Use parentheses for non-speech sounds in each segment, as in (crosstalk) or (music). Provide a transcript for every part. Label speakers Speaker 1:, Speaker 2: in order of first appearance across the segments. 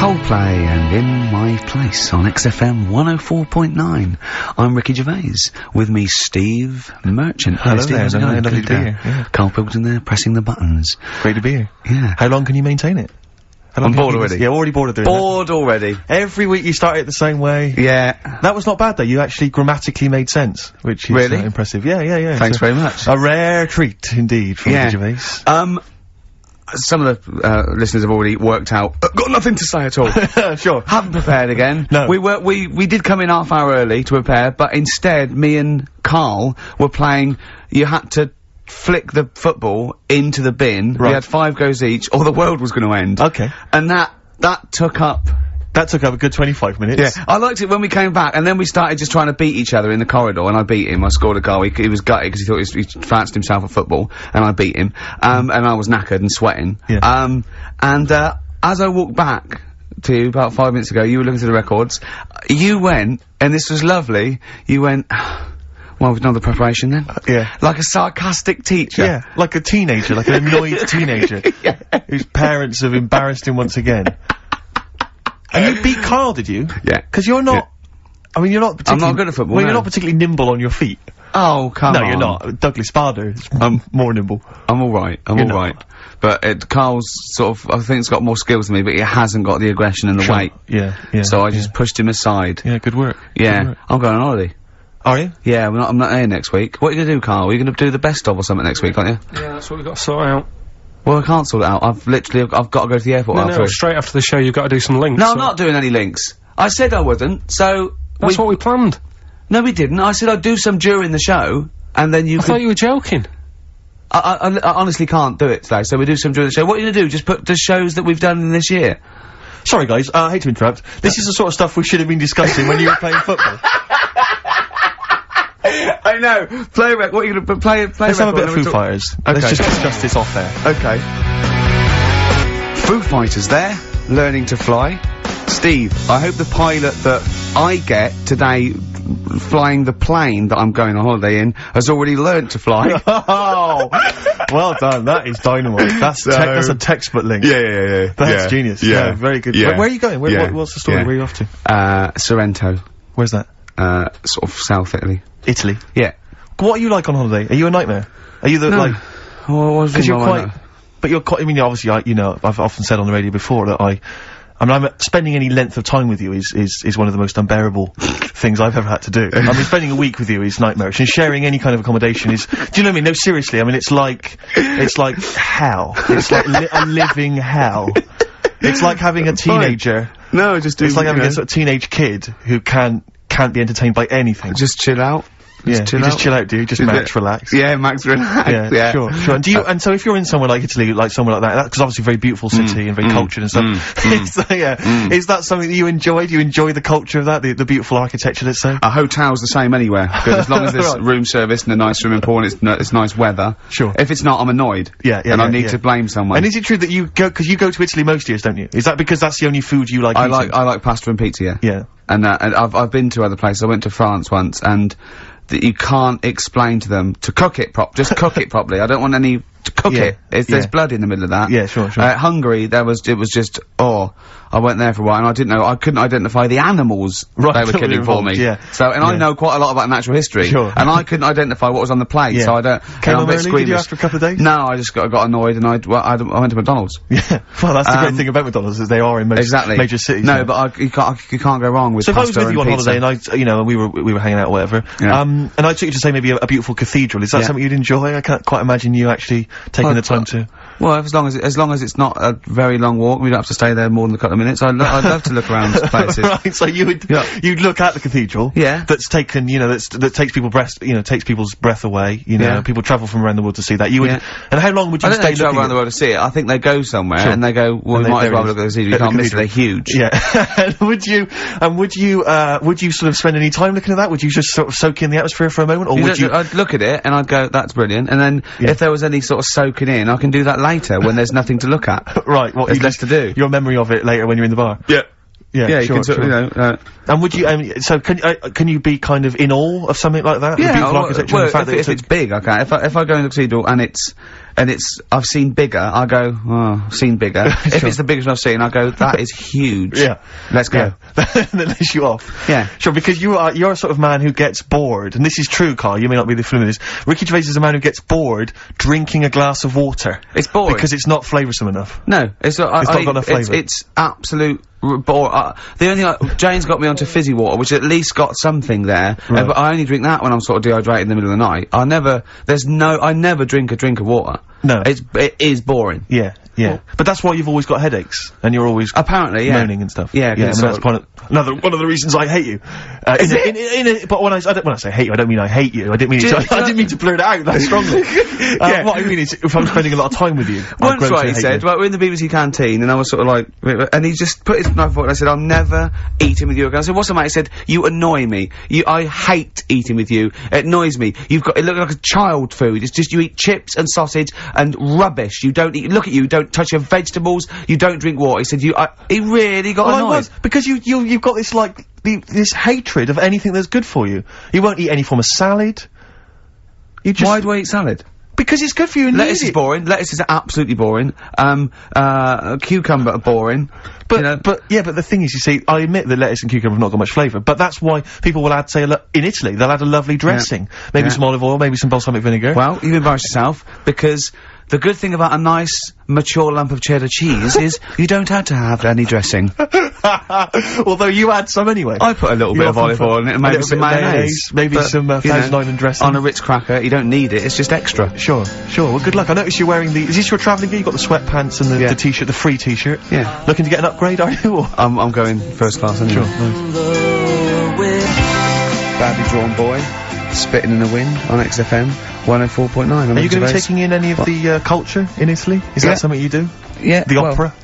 Speaker 1: Coldplay and In My Place on XFM 104.9. I'm Ricky Gervais. With me, Steve Merchant.
Speaker 2: Hello
Speaker 1: Steve,
Speaker 2: there,
Speaker 1: how's it
Speaker 2: hello,
Speaker 1: going?
Speaker 2: lovely
Speaker 1: Good,
Speaker 2: to be
Speaker 1: uh,
Speaker 2: here, yeah.
Speaker 1: Carl Pilton there, pressing the buttons.
Speaker 2: Great to be here.
Speaker 1: Yeah.
Speaker 2: How long can you maintain it? How long
Speaker 1: I'm
Speaker 2: can you
Speaker 1: bored
Speaker 2: keep this-
Speaker 1: already.
Speaker 2: Yeah, already bored of doing
Speaker 1: Bored already.
Speaker 2: that. Every week you start it the same way.
Speaker 1: Yeah.
Speaker 2: That was not bad though. You actually grammatically made sense, which is
Speaker 1: Really?
Speaker 2: uh, impressive. Yeah, yeah, yeah.
Speaker 1: Thanks
Speaker 2: It's a-
Speaker 1: very much.
Speaker 2: A rare treat indeed from
Speaker 1: Yeah.
Speaker 2: Ricky Gervais.
Speaker 1: Um, some of the uh, listeners have already worked out. Uh, got nothing to say
Speaker 2: (laughs)
Speaker 1: at all.
Speaker 2: (laughs) sure.
Speaker 1: Haven't prepared again.
Speaker 2: (laughs) No.
Speaker 1: We were we we did come in half hour early to prepare, but instead me and Carl were playing you had to flick the football into the bin. We
Speaker 2: Right.
Speaker 1: had five goes each or the world was gonna end.
Speaker 2: Okay.
Speaker 1: And that that took up
Speaker 2: That took up a good 25
Speaker 1: yeah,
Speaker 2: minutes.
Speaker 1: I liked it when we came back, and then we started just trying to beat each other in the corridor. And I beat him. I scored a goal. He, he was gutted because he thought he, he fancied himself at football, and I beat him. Um, and I was knackered and sweating.
Speaker 2: Yeah.
Speaker 1: Um, and uh, as I walked back to you about five minutes ago, you were looking through the records. You went, and this was lovely. You went. (sighs) Well, we've done the preparation then.
Speaker 2: Uh, yeah.
Speaker 1: Like a sarcastic teacher.
Speaker 2: Yeah, like a teenager,
Speaker 1: (laughs)
Speaker 2: like an annoyed teenager whose parents have embarrassed him once again. And you beat Carl, did you?
Speaker 1: Yeah.
Speaker 2: Because you're not. I mean, you're not. Particularly,
Speaker 1: not good at football,
Speaker 2: Well,
Speaker 1: no.
Speaker 2: you're not particularly nimble on your feet.
Speaker 1: Oh, come
Speaker 2: no,
Speaker 1: on.
Speaker 2: you're not. Douglas Bader is um, more nimble.
Speaker 1: I'm all right. I'm all
Speaker 2: not.
Speaker 1: right. But it, Carl's sort of, I think, has got more skills than me, but he hasn't got the aggression and the weight.
Speaker 2: Yeah, yeah.
Speaker 1: So I just pushed him aside.
Speaker 2: Yeah, good work.
Speaker 1: Yeah,
Speaker 2: Good work.
Speaker 1: I'm going on holiday.
Speaker 2: Are you?
Speaker 1: Yeah, we're not, I'm not here next week. What are you gonna do, Carl? Are you gonna do the best of or something next week, aren't you?
Speaker 3: Yeah, that's what we've got to sort out.
Speaker 1: Well, I can't sort it out. I've literally, I've got to go to the airport
Speaker 3: No,
Speaker 1: after.
Speaker 3: no,
Speaker 1: it.
Speaker 3: straight after the show, you've got to do some links.
Speaker 1: no,
Speaker 3: so-
Speaker 1: I'm not doing any links. I said I wouldn't. So
Speaker 3: That's
Speaker 1: we,
Speaker 3: what we planned.
Speaker 1: no, we didn't. I said I'd do some during the show, and then you.
Speaker 3: I
Speaker 1: could-
Speaker 3: thought you were joking.
Speaker 1: I, I, I honestly can't do it today. So we do some during the show. What are you gonna do? Just put the shows that we've done this year.
Speaker 2: Sorry, guys. Uh, I hate to interrupt. This is the sort of stuff we should have been discussing when you were playing
Speaker 1: (laughs)
Speaker 2: football.
Speaker 1: I know. Play rec. What are you gonna p- play? Play
Speaker 2: Let's have a
Speaker 1: record and
Speaker 2: bit of Foo
Speaker 1: then we'll
Speaker 2: Fighters.
Speaker 1: Okay.
Speaker 2: Let's just discuss this
Speaker 1: (laughs)
Speaker 2: off air.
Speaker 1: talk- Okay. Foo Fighters there, learning to fly. Steve, I hope the pilot that I get today flying the plane that I'm going on holiday in has already learnt to (laughs) fly.
Speaker 2: oh, well done. That is dynamite. That's
Speaker 1: So-
Speaker 2: tec- that's a textbook link.
Speaker 1: yeah, yeah.
Speaker 2: That's genius. No, very good. Where, where are you going? Where, what, what's the story?
Speaker 1: yeah.
Speaker 2: Where are you off to?
Speaker 1: Uh, Sorrento,
Speaker 2: Where's that?
Speaker 1: uh, sort of South Italy.
Speaker 2: Italy.
Speaker 1: Yeah.
Speaker 2: What are you like on holiday? Are you a nightmare? Are you the
Speaker 1: No.
Speaker 2: like?
Speaker 1: Oh, I was
Speaker 2: Because you're
Speaker 1: wondering why
Speaker 2: quite. But you're quite. I mean, obviously, I, you know, I've often said on the radio before that I. I mean, I'm spending any length of time with you is, is, is one of the most unbearable (laughs) things I've ever had
Speaker 1: (laughs)
Speaker 2: to do. I mean, spending a week with you is nightmarish, and sharing any kind of accommodation is. Do you know what I mean? No, seriously. I mean, it's like it's like hell. It's like li- a living hell. It's like having a
Speaker 1: Fine.
Speaker 2: teenager.
Speaker 1: not. No, just do.
Speaker 2: It's like
Speaker 1: you
Speaker 2: having
Speaker 1: know,
Speaker 2: a sort of teenage kid who can't can't be entertained by anything.
Speaker 1: just chill out.
Speaker 2: yeah,
Speaker 1: chill
Speaker 2: you
Speaker 1: out.
Speaker 2: just chill out, dude. Just
Speaker 1: Is
Speaker 2: max,
Speaker 1: it-
Speaker 2: relax.
Speaker 1: Yeah, Max relax.
Speaker 2: Yeah, sure, sure. And do you? And so, if you're in somewhere like Italy, like somewhere like that, because obviously very beautiful
Speaker 1: Mm,
Speaker 2: city and very cultured and stuff. (laughs) is that, yeah, is that something that you enjoy? Do you enjoy the culture of that, the, the beautiful architecture? Let's say.
Speaker 1: A hotel's the same anywhere. 'cause as long as there's
Speaker 2: (laughs) Right.
Speaker 1: room service and a nice room and porn, it's, n- it's nice weather.
Speaker 2: Sure.
Speaker 1: If it's not, I'm annoyed.
Speaker 2: Yeah, yeah,
Speaker 1: And I
Speaker 2: yeah,
Speaker 1: need
Speaker 2: yeah.
Speaker 1: to blame someone.
Speaker 2: And is it true that you go because you go to Italy most years, don't you? Is that because that's the only food you like?
Speaker 1: I
Speaker 2: eating?
Speaker 1: like I like pasta and pizza. Yeah.
Speaker 2: Yeah. (laughs)
Speaker 1: And, uh, and I've I've been to other places. I went to France once, and that you can't explain to them to cook it prop. Just cook
Speaker 2: (laughs)
Speaker 1: it properly. I don't want any to cook
Speaker 2: Yeah,
Speaker 1: it. It's, There's
Speaker 2: yeah.
Speaker 1: blood in the middle of that.
Speaker 2: Yeah, sure, sure.
Speaker 1: Uh, Hungary, there was it was just oh, I went there for a while, and I didn't know I couldn't identify the animals
Speaker 2: (laughs) Right,
Speaker 1: they were
Speaker 2: that were
Speaker 1: killing for me.
Speaker 2: involved, yeah.
Speaker 1: So and I
Speaker 2: Yeah.
Speaker 1: know quite a lot about natural history.
Speaker 2: Sure.
Speaker 1: And I couldn't identify what was on the plate,
Speaker 2: Yeah.
Speaker 1: so I don't.
Speaker 2: Came
Speaker 1: and I'm
Speaker 2: home
Speaker 1: a bit
Speaker 2: early, did you,
Speaker 1: squeamish.
Speaker 2: after a couple of days?
Speaker 1: No, I just got, got annoyed, and I'd, well, I'd, I went to McDonald's.
Speaker 2: Yeah. Well, that's the
Speaker 1: Um,
Speaker 2: great thing about McDonald's is they are in most
Speaker 1: Exactly.
Speaker 2: major cities.
Speaker 1: No,
Speaker 2: yeah.
Speaker 1: but I, you, can't, you can't go wrong with
Speaker 2: So if I was
Speaker 1: pasta
Speaker 2: with you on
Speaker 1: and pizza.
Speaker 2: holiday and I, you know, and we were we were hanging out, or whatever,
Speaker 1: Yeah.
Speaker 2: um, and I took you to say maybe a, a beautiful cathedral, is that
Speaker 1: Yeah.
Speaker 2: something you'd enjoy? I can't quite imagine you actually taking
Speaker 1: Oh,
Speaker 2: the time
Speaker 1: uh,
Speaker 2: (laughs) to.
Speaker 1: Well, as long as it, as long as it's not a very long walk, we don't have to stay there more than a couple of minutes. I'd, lo- I'd love to look
Speaker 2: (laughs)
Speaker 1: around places.
Speaker 2: right, so you would
Speaker 1: Yeah.
Speaker 2: you'd look at the cathedral,
Speaker 1: Yeah.
Speaker 2: that's taken, you know, that's that takes people breath, you know, takes people's breath away. You know,
Speaker 1: Yeah.
Speaker 2: people travel from around the world to see that. You would,
Speaker 1: Yeah.
Speaker 2: and how long would you
Speaker 1: I don't
Speaker 2: stay
Speaker 1: think they travel
Speaker 2: looking?
Speaker 1: around the
Speaker 2: at-
Speaker 1: world to see it. I think they go somewhere
Speaker 2: Sure.
Speaker 1: and they go, well, we
Speaker 2: And they-
Speaker 1: might as
Speaker 2: there it
Speaker 1: well
Speaker 2: is.
Speaker 1: look at the cathedral. You
Speaker 2: At the
Speaker 1: can't miss it.
Speaker 2: cathedral.
Speaker 1: They're huge.
Speaker 2: Yeah, (laughs) and would you and would you uh, would you sort of spend any time looking at that? Would you just sort of soak in the atmosphere for a moment, or
Speaker 1: You
Speaker 2: would
Speaker 1: don't-
Speaker 2: you?
Speaker 1: I'd look at it and I'd go, that's brilliant. And then
Speaker 2: Yeah.
Speaker 1: if there was any sort of soaking in, I can do that later when there's nothing to look at.
Speaker 2: right, what
Speaker 1: There's
Speaker 2: you
Speaker 1: less
Speaker 2: just-
Speaker 1: to do.
Speaker 2: Your memory of it later when you're in the bar.
Speaker 1: Yeah.
Speaker 2: (laughs) Yeah,
Speaker 1: Yeah, you
Speaker 2: sure,
Speaker 1: can sort
Speaker 2: sure.
Speaker 1: of, you know, uh,
Speaker 2: And would you? Um, so can uh, can you be kind of in awe of something like that? the
Speaker 1: yeah, oh,
Speaker 2: beautiful
Speaker 1: well,
Speaker 2: architecture
Speaker 1: well,
Speaker 2: and the fact
Speaker 1: if,
Speaker 2: that
Speaker 1: if
Speaker 2: a-
Speaker 1: it's big, okay. If I, if I go in the cathedral and it's and it's I've seen bigger, I go, oh, I've seen
Speaker 2: (laughs)
Speaker 1: bigger. if
Speaker 2: Sure.
Speaker 1: it's the biggest I've seen, I go, that is huge.
Speaker 2: Yeah.
Speaker 1: Let's go.
Speaker 2: and (laughs) then lets you off.
Speaker 1: Yeah.
Speaker 2: Sure, because you are you're a sort of man who gets bored, and this is true, Carl. You may not be familiar with this. Ricky Gervais is a man who gets bored drinking a glass of water.
Speaker 1: It's boring.
Speaker 2: Because it's not flavoursome enough.
Speaker 1: No, it's not. I,
Speaker 2: It's not
Speaker 1: I-
Speaker 2: got enough
Speaker 1: it's,
Speaker 2: flavour.
Speaker 1: it's absolute. r- Bore. Uh, the only thing I, Jane's got me onto fizzy water, which at least got something there. uh, but I only drink that when I'm sort of dehydrated in the middle of the night. I never. There's no. I never drink a drink of water.
Speaker 2: No.
Speaker 1: It's it is boring.
Speaker 2: Yeah, yeah.
Speaker 1: Oh.
Speaker 2: But that's why you've always got headaches, and you're always
Speaker 1: Apparently, yeah.
Speaker 2: moaning and stuff.
Speaker 1: Yeah, 'cause
Speaker 2: yeah. I
Speaker 1: it's
Speaker 2: mean, that's
Speaker 1: sort of-
Speaker 2: one of, another one of the reasons I hate you. Uh, in, a, in, in, in a, but when I, s- I don't, when I say hate you, I don't mean I hate you. (laughs) I didn't mean
Speaker 1: Do
Speaker 2: to,
Speaker 1: you-
Speaker 2: I, didn't mean to blur it out
Speaker 1: (laughs)
Speaker 2: that strongly. uh,
Speaker 1: Yeah.
Speaker 2: What I mean is, if I'm spending a lot of time with you, I
Speaker 1: Once,
Speaker 2: grow
Speaker 1: right,
Speaker 2: to
Speaker 1: he
Speaker 2: hate
Speaker 1: said,
Speaker 2: you.
Speaker 1: right, we're in the BBC canteen, and I was sort of like, w- w- and he just put his knife forward, and I said, I'm never eating with you again. I said, what's the matter? He said, you annoy me. You, I hate eating with you. It annoys me. You've got, it looks like a child food. It's just, you eat chips and sausage and rubbish. You don't eat, look at you, you don't touch your vegetables, you don't drink water. He said, you, I, he really got
Speaker 2: Well, I
Speaker 1: annoyed.
Speaker 2: was because you you you've got this like the, this hatred of anything that's good for you. You won't eat any form of salad. You just
Speaker 1: Why do I eat salad?
Speaker 2: because it's good for you. And
Speaker 1: Lettuce
Speaker 2: you
Speaker 1: is
Speaker 2: eat it.
Speaker 1: boring. Lettuce is absolutely boring. Um, uh, cucumber are boring.
Speaker 2: But
Speaker 1: you know?
Speaker 2: but yeah, but the thing is, you see, I admit the lettuce and cucumber have not got much flavour, but that's why people will add, say, a lo- in Italy, they'll add a lovely dressing, maybe
Speaker 1: Yeah.
Speaker 2: some olive oil, maybe some balsamic vinegar.
Speaker 1: Well, you've embarrassed yourself because the good thing about a nice, mature lump of cheddar cheese is you don't have to have any dressing.
Speaker 2: Although you add some anyway.
Speaker 1: I put a little bit
Speaker 2: You
Speaker 1: of
Speaker 2: often
Speaker 1: olive
Speaker 2: put
Speaker 1: oil in it,
Speaker 2: a
Speaker 1: and maybe
Speaker 2: little
Speaker 1: some
Speaker 2: bit of
Speaker 1: mayonnaise,
Speaker 2: maybe
Speaker 1: But,
Speaker 2: some uh,
Speaker 1: you know,
Speaker 2: Thousand Island dressing.
Speaker 1: On a Ritz cracker, you don't need it. It's just extra.
Speaker 2: sure, sure. Well, good luck. I notice you're wearing the. Is this your travelling gear? You've got the sweatpants and the,
Speaker 1: Yeah.
Speaker 2: the t-shirt, the free t-shirt.
Speaker 1: Yeah.
Speaker 2: Looking to get an upgrade, are you? (laughs) Or-
Speaker 1: I'm, I'm going first class anyway. Badly drawn boy, spitting in the wind on XFM 104.9.
Speaker 2: Are you going to be taking in any of the uh, culture in Italy? Is
Speaker 1: Yeah.
Speaker 2: that something you do?
Speaker 1: yeah,
Speaker 2: The
Speaker 1: well,
Speaker 2: opera?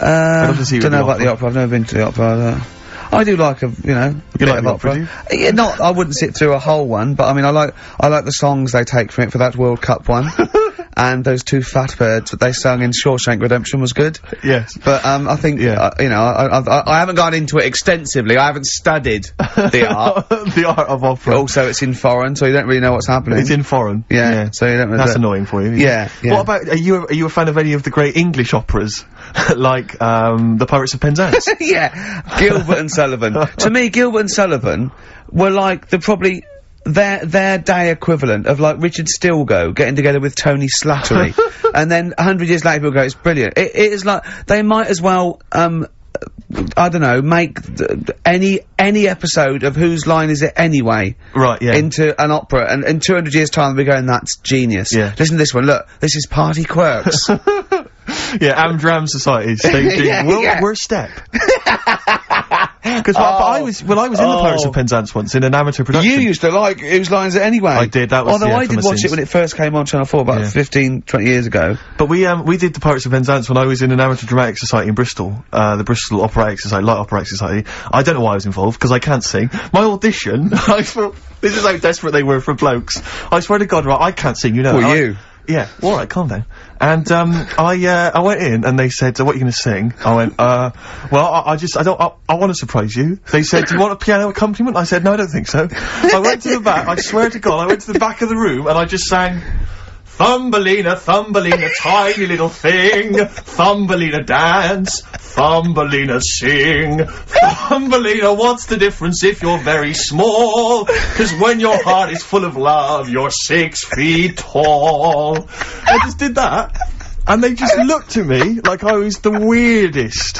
Speaker 1: Uh,
Speaker 2: love to see you
Speaker 1: don't
Speaker 2: at
Speaker 1: know
Speaker 2: the
Speaker 1: about the opera.
Speaker 2: opera.
Speaker 1: I've never been to the opera. I, don't- I do like a, you know, a
Speaker 2: You
Speaker 1: bit
Speaker 2: like
Speaker 1: of
Speaker 2: the opera,
Speaker 1: opera. Yeah, not. I wouldn't sit through a whole one, but I mean, I like I like the songs they take from it for that World Cup one,
Speaker 2: (laughs)
Speaker 1: and those two fat birds that they sung in Shawshank Redemption was good.
Speaker 2: Yes.
Speaker 1: But um, I think
Speaker 2: Yeah.
Speaker 1: uh, you know, I, I, I, I haven't gone into it extensively. I haven't studied the
Speaker 2: (laughs)
Speaker 1: art.
Speaker 2: (laughs) the art of opera.
Speaker 1: also, it's in foreign, so you don't really know what's happening.
Speaker 2: It's in foreign.
Speaker 1: Yeah, so you don't-
Speaker 2: That's
Speaker 1: that-
Speaker 2: annoying for you. isn't
Speaker 1: Yeah,
Speaker 2: it?
Speaker 1: yeah.
Speaker 2: What about are you are you a fan of any of the great English operas (laughs) like um The Pirates
Speaker 1: (laughs)
Speaker 2: of Penzance?
Speaker 1: yeah, Gilbert and Sullivan. To me, Gilbert and Sullivan were like the probably their their day equivalent of like Richard Stilgo getting together with Tony
Speaker 2: (laughs)
Speaker 1: Slattery, and then a hundred years later people go, it's brilliant. It, it is like they might as well. um I don't know. Make th- th- any any episode of whose line is it anyway?
Speaker 2: Right, yeah.
Speaker 1: Into an opera, and in 200 years' time, they'll be going, "That's genius."
Speaker 2: Yeah.
Speaker 1: Listen to this one. Look, this is Party Quirks.
Speaker 2: yeah, Amdram
Speaker 1: (laughs)
Speaker 2: Society staging
Speaker 1: Yeah,
Speaker 2: World
Speaker 1: yeah.
Speaker 2: Worst Step. (laughs) Because I was well, I was in The Pirates of Penzance once in an amateur production.
Speaker 1: Oh. You used to like whose lines it anyway.
Speaker 2: I did, that was
Speaker 1: Although
Speaker 2: the
Speaker 1: I did
Speaker 2: infamous
Speaker 1: watch it
Speaker 2: scenes.
Speaker 1: when it first came on Channel Four about
Speaker 2: Yeah.
Speaker 1: fifteen, twenty 15, 20 years ago.
Speaker 2: But we um we did the Pirates of Penzance when I was in an amateur dramatic society in Bristol, uh, the Bristol Operatic Society, Light Operatic Society. I don't know why I was involved because I can't sing. My audition, (laughs) I thought this is how desperate they were for blokes. I swear to God, right, I can't sing. You know,
Speaker 1: Well,
Speaker 2: I-
Speaker 1: you.
Speaker 2: Yeah, all right, calm down. And um, I uh, I went in and they said, "So what are you going to sing?" I went, "Uh, well, I, I just I don't I, I want to surprise you." They said, "Do you want a piano accompaniment?" I said, "No, I don't think so." I went to the back. I swear to God, I went to the back of the room and I just sang. Thumbelina, Thumbelina, tiny little thing. Thumbelina dance, Thumbelina sing. Thumbelina, what's the difference if you're very small? 'Cause when your heart is full of love, you're six feet tall. I just did that. And they just looked at me like I was the weirdest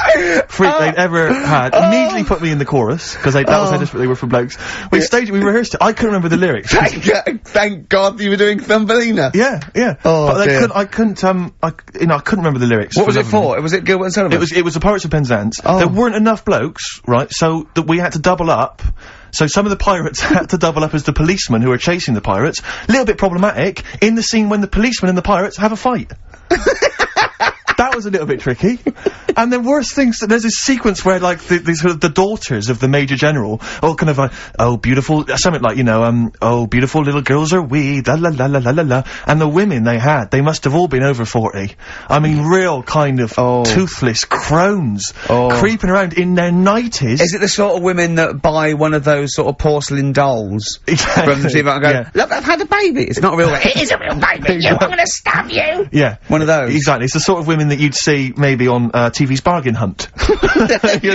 Speaker 2: freak they'd ever had. Immediately put me in the chorus, because that was how desperate they were for blokes. We staged it, we rehearsed it. I couldn't remember the lyrics.
Speaker 1: Thank, thank God you were doing Thumbelina.
Speaker 2: Yeah, yeah.
Speaker 1: Oh,
Speaker 2: but they
Speaker 1: dear.
Speaker 2: couldn't, I couldn't, um, I, c- you know, I couldn't remember the lyrics.
Speaker 1: What was it
Speaker 2: the other
Speaker 1: for? It Was it Gilbert and
Speaker 2: one.
Speaker 1: Sullivan?
Speaker 2: It was, it was the Pirates of Penzance.
Speaker 1: Oh.
Speaker 2: There weren't enough blokes, right, so that we had to double up. So some of the pirates (laughs) had to double up as the policemen who were chasing the pirates. Little bit problematic
Speaker 1: (laughs)
Speaker 2: in the scene when the policemen and the pirates have a fight. that was a little bit tricky. and the worst things, there's this sequence where like the, the sort of the daughters of the major general, all kind of like, oh beautiful, something like you know, um, oh beautiful little girls are we, la la la la la la la, and the women they had, they must have all been over forty. I mean, real kind of
Speaker 1: Oh.
Speaker 2: toothless crones
Speaker 1: Oh.
Speaker 2: creeping around in their nineties.
Speaker 1: Is it the sort of women that buy one of those sort of porcelain dolls
Speaker 2: Exactly,
Speaker 1: from the supermarket and go,
Speaker 2: yeah.
Speaker 1: look, I've had a baby? It's not a real It is a real (laughs) baby, you, I'm gonna stab you!
Speaker 2: Yeah.
Speaker 1: One of those.
Speaker 2: Exactly. It's the sort of women that you'd see maybe on uh, TV's Bargain Hunt. (laughs) you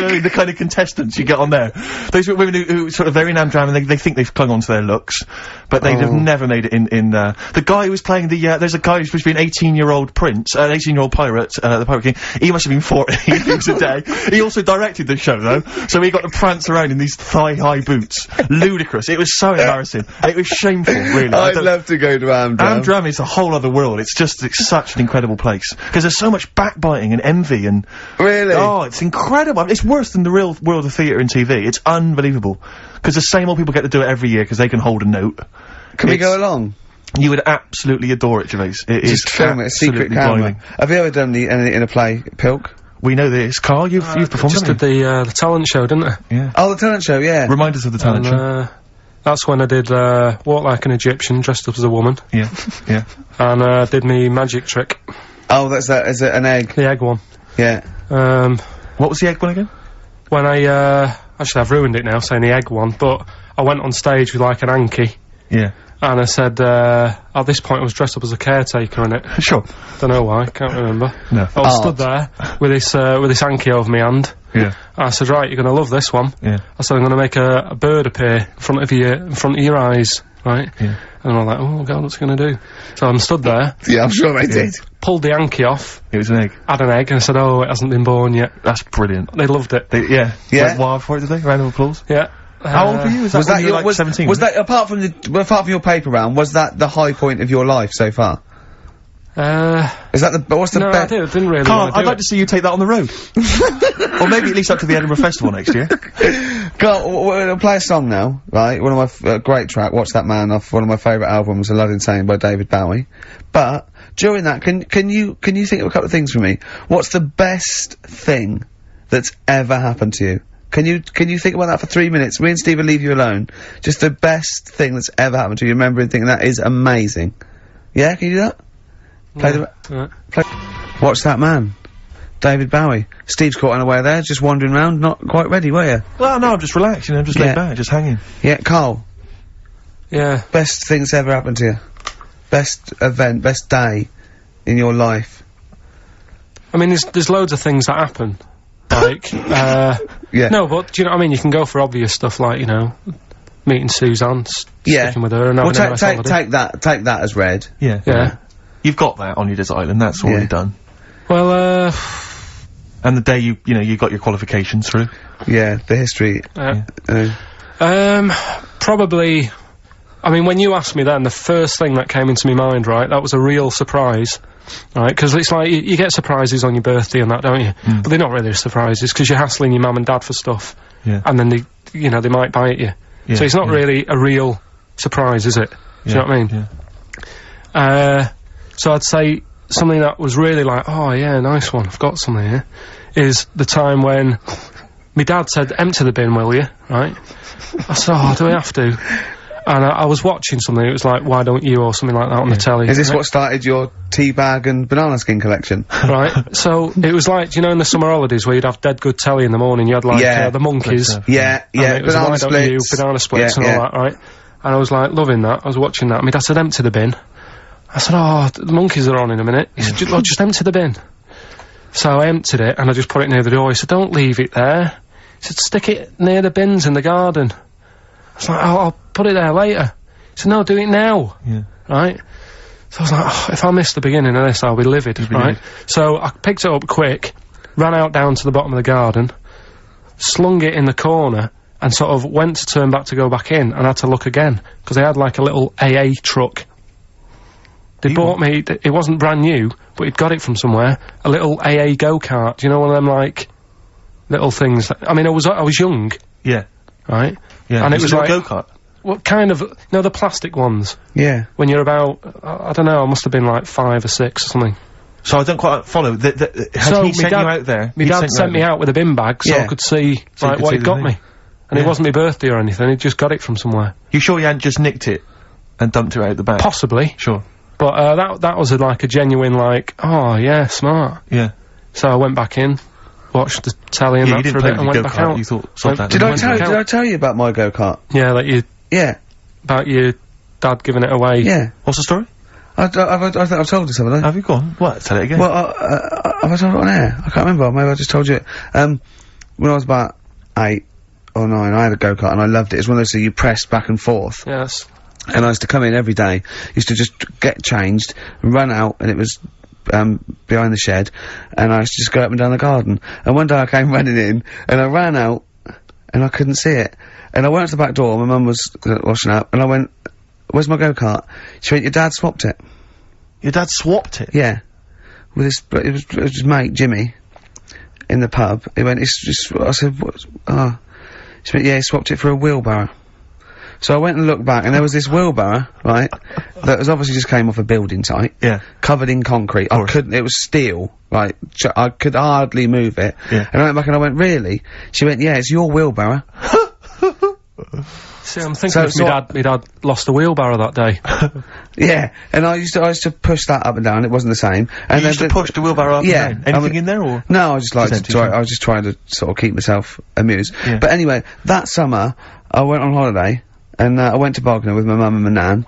Speaker 2: know, the kind of contestants you get on there. Those women who, who sort of they're in Amdram and they, they think they've clung on to their looks, but they have never made it in, in, uh, the guy who was playing the, uh, there's a guy who's supposed to be an 18 year old prince, uh, an 18 year old pirate, uh, the Pirate King. (laughs) He must have been 40 things a day. He also directed the show though, so he got to prance around in these thigh high boots. Ludicrous. It was so embarrassing. It was shameful, really. I
Speaker 1: I'd
Speaker 2: don't-
Speaker 1: love to go to Amdram.
Speaker 2: Amdram is a whole other world. It's just it's such an incredible place because there's so much backbiting and envy and
Speaker 1: Really?
Speaker 2: oh, it's incredible. It's worse than the real world of theatre and TV. It's unbelievable because the same old people get to do it every year because they can hold a note.
Speaker 1: Can we
Speaker 2: it's-
Speaker 1: go along?
Speaker 2: You would absolutely adore it, Gervais. It is
Speaker 1: Just film it, a secret
Speaker 2: absolutely
Speaker 1: camera.
Speaker 2: boiling.
Speaker 1: Have you ever done the, in, in a play, Pilk?
Speaker 2: We know this, Carl. You've you've performed.
Speaker 3: Uh, Just did
Speaker 2: haven't
Speaker 3: the, uh, the talent show, didn't I?
Speaker 2: you? yeah.
Speaker 1: Oh, the talent show, yeah.
Speaker 2: Remind us of the talent
Speaker 3: And,
Speaker 2: show.
Speaker 3: uh, that's when I did uh, Walk Like an Egyptian, dressed up as a woman,
Speaker 2: Yeah, yeah.
Speaker 3: and uh, did me magic trick,
Speaker 1: oh, that's that, is it an egg?
Speaker 3: the egg one.
Speaker 1: Yeah.
Speaker 3: Um,
Speaker 2: What was the egg one again?
Speaker 3: when I, uh, actually I've ruined it now saying the egg one, but I went on stage with like an Anki.
Speaker 2: Yeah, (laughs)
Speaker 3: And I said, uh, at this point I was dressed up as a caretaker in it.
Speaker 2: sure.
Speaker 3: Don't know why, can't remember.
Speaker 2: No.
Speaker 3: I was
Speaker 1: Art.
Speaker 3: stood there with this, uh, with this Anki over my hand.
Speaker 2: Yeah,
Speaker 3: I said, right, you're gonna love this one.
Speaker 2: yeah.
Speaker 3: I said, I'm gonna make a, a bird appear in front of your, in front of your eyes, right?
Speaker 2: Yeah.
Speaker 3: And I'm like, oh god, what's it gonna do? So I'm stood there,
Speaker 1: Yeah, I'm sure they did.
Speaker 3: pulled the Anki off,
Speaker 2: It was an egg.
Speaker 3: had an egg, and I said, oh, it hasn't been born yet.
Speaker 2: That's brilliant.
Speaker 3: They loved it.
Speaker 2: They, yeah,
Speaker 1: Yeah.
Speaker 2: Went wild for it, did they? Round of applause.
Speaker 3: Yeah.
Speaker 2: How old
Speaker 3: Uh,
Speaker 2: were you? Was that,
Speaker 1: Was
Speaker 2: when
Speaker 1: that
Speaker 2: you
Speaker 1: your,
Speaker 2: were like
Speaker 1: was,
Speaker 2: 17?
Speaker 1: was that, apart from the, well, apart from your paper round, was that the high point of your life so far?
Speaker 3: Uh,
Speaker 1: Is that the, what's the
Speaker 3: no, I
Speaker 1: best?
Speaker 3: did, I didn't really
Speaker 2: Carl,
Speaker 3: wanna do
Speaker 2: I'd like
Speaker 3: it.
Speaker 2: to see you take that on the (laughs) road. or maybe at least up to the Edinburgh Festival next year.
Speaker 1: Carl, w- w- I'll play a song now, right? One of my f- uh, great track, Watch That Man, off one of my favourite albums, A Love Insane by David Bowie. But during that, can can you can you think of a couple of things for me? What's the best thing that's ever happened to you? Can you can you think about that for three minutes? Me and Steve will leave you alone. Just the best thing that's ever happened to you. Remember and thinking that is amazing. Yeah, can you do that? Play the
Speaker 3: Right.
Speaker 1: Watch That Man, David Bowie. Steve's caught unaware there, just wandering around, not quite ready, were you?
Speaker 2: (laughs) Well, no, I'm just relaxed, you know, just
Speaker 1: Yeah.
Speaker 2: laid back, just hanging.
Speaker 1: Yeah, Carl.
Speaker 3: Yeah.
Speaker 1: Best things ever happened to you. Best event, best day in your life.
Speaker 3: I mean, there's there's loads of things that happen.
Speaker 1: (laughs)
Speaker 3: Like, uh,
Speaker 1: Yeah.
Speaker 3: no, but do you know what I mean? You can go for obvious stuff like, you know, meeting Suzanne, s-
Speaker 1: Yeah.
Speaker 3: sticking with her, and
Speaker 1: Well,
Speaker 3: having a
Speaker 1: take
Speaker 3: nice
Speaker 1: take
Speaker 3: holiday.
Speaker 1: take that take that as read.
Speaker 2: Yeah.
Speaker 3: Yeah.
Speaker 2: You've got that on your desert island, that's already
Speaker 1: Yeah.
Speaker 2: done.
Speaker 3: Well, uh,
Speaker 2: And the day you, you know, you got your qualifications through.
Speaker 1: Yeah, the history.
Speaker 3: uh,
Speaker 1: Uh,
Speaker 3: um, probably. I mean, when you asked me then, the first thing that came into my mind, right, that was a real surprise, right? Because it's like, you, you get surprises on your birthday and that, don't you?
Speaker 2: Mm.
Speaker 3: But they're not really surprises, because you're hassling your mum and dad for stuff,
Speaker 2: Yeah.
Speaker 3: and then they, you know, they might bite you.
Speaker 2: Yeah,
Speaker 3: so it's not
Speaker 2: yeah.
Speaker 3: really a real surprise, is it? Do you know what I mean?
Speaker 2: Yeah.
Speaker 3: Uh, so I'd say something that was really like, oh yeah, nice one, I've got something here, is the time when my dad said, empty the bin, will you? Right? I said, oh, do we have to? And I, I was watching something, it was like, why don't you, or something like that on the telly.
Speaker 1: is this what started your tea bag and banana skin collection? (laughs)
Speaker 3: Right? so it was like, do you know, in the summer holidays where you'd have dead good telly in the morning, you had like
Speaker 1: Yeah.
Speaker 3: uh, the monkeys.
Speaker 2: Like,
Speaker 1: yeah,
Speaker 3: and
Speaker 1: yeah,
Speaker 3: Um, it was
Speaker 1: banana
Speaker 3: why don't you,
Speaker 1: splits.
Speaker 3: banana splits
Speaker 1: Yeah,
Speaker 3: and
Speaker 1: yeah.
Speaker 3: all that, right? And I was like loving that. I was watching that. My dad said, empty the bin. I said, oh, th- the monkeys are on in a minute. He said, "Ju- oh, just empty the bin. So I emptied it and I just put it near the door. He said, don't leave it there. He said, stick it near the bins in the garden. I was like, I'll, I'll put it there later. He said, no, do it now.
Speaker 2: Yeah.
Speaker 3: Right? So I was like, oh, if I miss the beginning of this, I'll be livid,
Speaker 2: be
Speaker 3: right? So I picked it up quick, ran out down to the bottom of the garden, slung it in the corner, and sort of went to turn back to go back in, and had to look again because they had like a little AA truck. They bought me. th- It wasn't brand new, but he'd got it from somewhere. A little AA go kart. You know, one of them like little things. That, I mean, I was I was young,
Speaker 2: Yeah.
Speaker 3: right?
Speaker 2: Yeah.
Speaker 3: And it
Speaker 2: It's
Speaker 3: was
Speaker 2: a
Speaker 3: like
Speaker 2: little go-kart.
Speaker 3: what kind of you know the plastic ones
Speaker 1: Yeah.
Speaker 3: when you're about I, I don't know I must have been like five or six or something.
Speaker 2: So I don't quite follow. The, the, had
Speaker 3: So
Speaker 2: he
Speaker 3: me
Speaker 2: sent
Speaker 3: dad-
Speaker 2: you out there?
Speaker 3: My
Speaker 2: He'd
Speaker 3: dad
Speaker 2: you
Speaker 3: sent me out with a bin bag so
Speaker 2: Yeah.
Speaker 3: I could see
Speaker 2: So you
Speaker 3: like
Speaker 2: could
Speaker 3: what
Speaker 2: see
Speaker 3: he'd
Speaker 2: the
Speaker 3: got
Speaker 2: thing.
Speaker 3: me. And
Speaker 2: Yeah.
Speaker 3: it wasn't my birthday or anything, he'd just got it from somewhere.
Speaker 2: You sure you hadn't just nicked it and dumped it out the back?
Speaker 3: Possibly.
Speaker 2: sure.
Speaker 3: But uh, that that was a, like a genuine like, oh yeah, smart.
Speaker 2: Yeah.
Speaker 3: So I went back in, watched the telly and
Speaker 2: yeah. You
Speaker 3: that
Speaker 2: didn't
Speaker 3: for a
Speaker 2: play
Speaker 3: bit
Speaker 2: with
Speaker 3: and
Speaker 2: your
Speaker 3: went back
Speaker 2: go-kart.
Speaker 3: out.
Speaker 2: You thought sod
Speaker 3: Went-
Speaker 2: that.
Speaker 1: Did I
Speaker 3: Went
Speaker 1: tell
Speaker 3: back
Speaker 1: Did
Speaker 3: out.
Speaker 1: I tell you about my go kart?
Speaker 3: Yeah, like you
Speaker 1: Yeah,
Speaker 3: about your dad giving it away.
Speaker 1: yeah.
Speaker 2: What's the story?
Speaker 1: I, I, I, I think I've told you something.
Speaker 2: Have you gone? What? Tell it again.
Speaker 1: Well, uh, uh, have I told it on air? I can't remember. Maybe I just told you. it. Um, when I was about eight or nine, I had a go kart and I loved it. It's one of those that you pressed back and forth.
Speaker 3: Yeah, that's
Speaker 1: And I used to come in every day. Used to just get changed, run out, and it was um, behind the shed. And I used to just go up and down the garden. And one day I came (laughs) running in, and I ran out, and I couldn't see it. And I went out the back door. My mum was uh, washing up, and I went, "Where's my go kart?" She went, "Your dad swapped it."
Speaker 2: your dad swapped it.
Speaker 1: Yeah. With his, but it was, it was his mate, Jimmy, in the pub. He went, it's just, I said, what, ah. She went, yeah, he swapped it for a wheelbarrow. So I went and looked back, and there was this wheelbarrow, right, that was obviously just came off a building site,
Speaker 2: Yeah.
Speaker 1: covered in concrete. I couldn't, it was steel, right, ch- I could hardly move it.
Speaker 2: Yeah.
Speaker 1: And I went back and I went, really? She went, yeah, it's your wheelbarrow.
Speaker 3: See, I'm thinking
Speaker 1: So-
Speaker 3: if
Speaker 1: so
Speaker 3: my
Speaker 1: I-
Speaker 3: dad, my dad lost the wheelbarrow that day.
Speaker 1: Yeah. And I used to, I used to push that up and down, it wasn't the same. And
Speaker 2: you used
Speaker 1: then
Speaker 2: to push the wheelbarrow up and
Speaker 1: Yeah,
Speaker 2: down.
Speaker 1: I
Speaker 2: Anything
Speaker 1: mean-
Speaker 2: in there or?
Speaker 1: No, I was just like
Speaker 2: Just empty
Speaker 1: try,
Speaker 2: time.
Speaker 1: I was just trying to sort of keep myself amused.
Speaker 2: Yeah.
Speaker 1: But anyway, that summer I went on holiday and uh, I went to Bognor with my mum and my nan.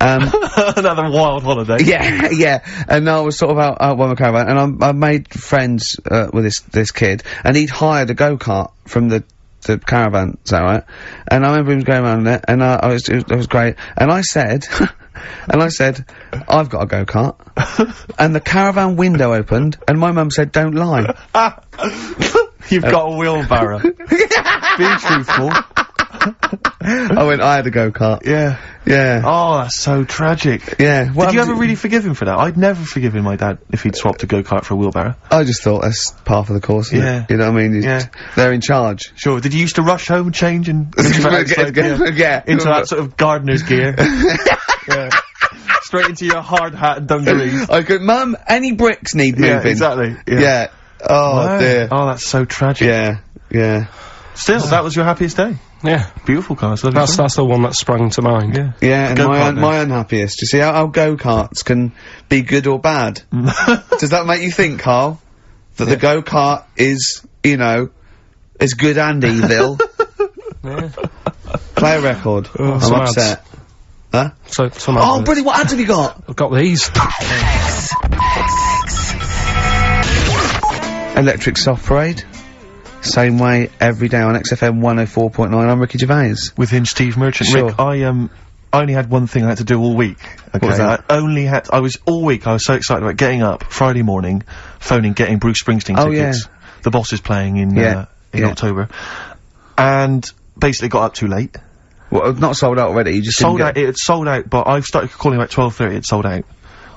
Speaker 1: Um,
Speaker 2: (laughs) (laughs)
Speaker 1: (laughs)
Speaker 2: Another wild holiday.
Speaker 1: yeah, yeah. And I was sort of out, out by my caravan and I, I made friends uh, with this this kid and he'd hired a go kart from the the caravan, is that right? And I remember him going around in it and uh, I was it, was it was great. And I said, (laughs) and I said, I've got a go
Speaker 2: (laughs)
Speaker 1: kart. and the caravan window opened and my mum said, don't lie.
Speaker 2: (laughs) You've got a wheelbarrow. Uh, (laughs) Be truthful.
Speaker 1: I went, I had a go kart.
Speaker 2: Yeah.
Speaker 1: Yeah.
Speaker 2: Oh, that's so tragic.
Speaker 1: Yeah. Well,
Speaker 2: Did you
Speaker 1: I'm-
Speaker 2: ever really forgive him for that? I'd never forgiven my dad if he'd swapped a go-kart for a wheelbarrow.
Speaker 1: I just thought that's part of the course. isn't it?
Speaker 2: Yeah.
Speaker 1: You know what I mean? You-
Speaker 2: Yeah.
Speaker 1: They're in
Speaker 2: (laughs)
Speaker 1: charge.
Speaker 2: Sure. Did you used to rush home, change, (laughs) and into that outside
Speaker 1: Yeah.
Speaker 2: gear?
Speaker 1: Yeah.
Speaker 2: into that sort of gardener's gear? (laughs) yeah. Straight into your hard hat and dungarees.
Speaker 1: (laughs) I go, Mum, any bricks need
Speaker 2: (laughs) yeah,
Speaker 1: moving.
Speaker 2: exactly.
Speaker 1: Yeah. Oh
Speaker 2: Wow.
Speaker 1: dear.
Speaker 2: Oh, that's so tragic.
Speaker 1: Yeah. Yeah.
Speaker 2: Still, that was your happiest day.
Speaker 3: Yeah,
Speaker 2: Beautiful cars. Lovely
Speaker 3: that's
Speaker 2: story.
Speaker 3: that's the one that sprang to mind.
Speaker 2: Yeah.
Speaker 1: Yeah, and
Speaker 2: Go-kart
Speaker 1: my un-
Speaker 2: now.
Speaker 1: my unhappiest. You see how, how go karts can be good or bad.
Speaker 2: (laughs)
Speaker 1: Does that make you think, Carl, that the go kart is you know is good and
Speaker 2: (laughs)
Speaker 1: evil?
Speaker 3: Yeah.
Speaker 1: Play a record. I'm
Speaker 2: Oh,
Speaker 3: some ads.
Speaker 1: upset. Huh?
Speaker 3: So somehow
Speaker 1: Oh, brilliant! What ads have you got?
Speaker 3: I've got these.
Speaker 1: Electric Soft Parade. Same way every day on XFM 104.9. I'm Ricky Gervais.
Speaker 2: within Steve Merchant.
Speaker 1: Sure.
Speaker 2: Rick, I um, I only had one thing I had to do all week. Okay,
Speaker 1: was that?
Speaker 2: I only had. I was all week. I was so excited about getting up Friday morning, phoning, getting Bruce Springsteen
Speaker 1: Oh,
Speaker 2: tickets. The boss is playing in
Speaker 1: Yeah,
Speaker 2: uh, in
Speaker 1: yeah.
Speaker 2: October, and basically got up too late.
Speaker 1: Well, not sold out already. You just
Speaker 2: sold
Speaker 1: didn't
Speaker 2: out.
Speaker 1: get-
Speaker 2: It had sold out, but I started calling about twelve thirty. It sold out.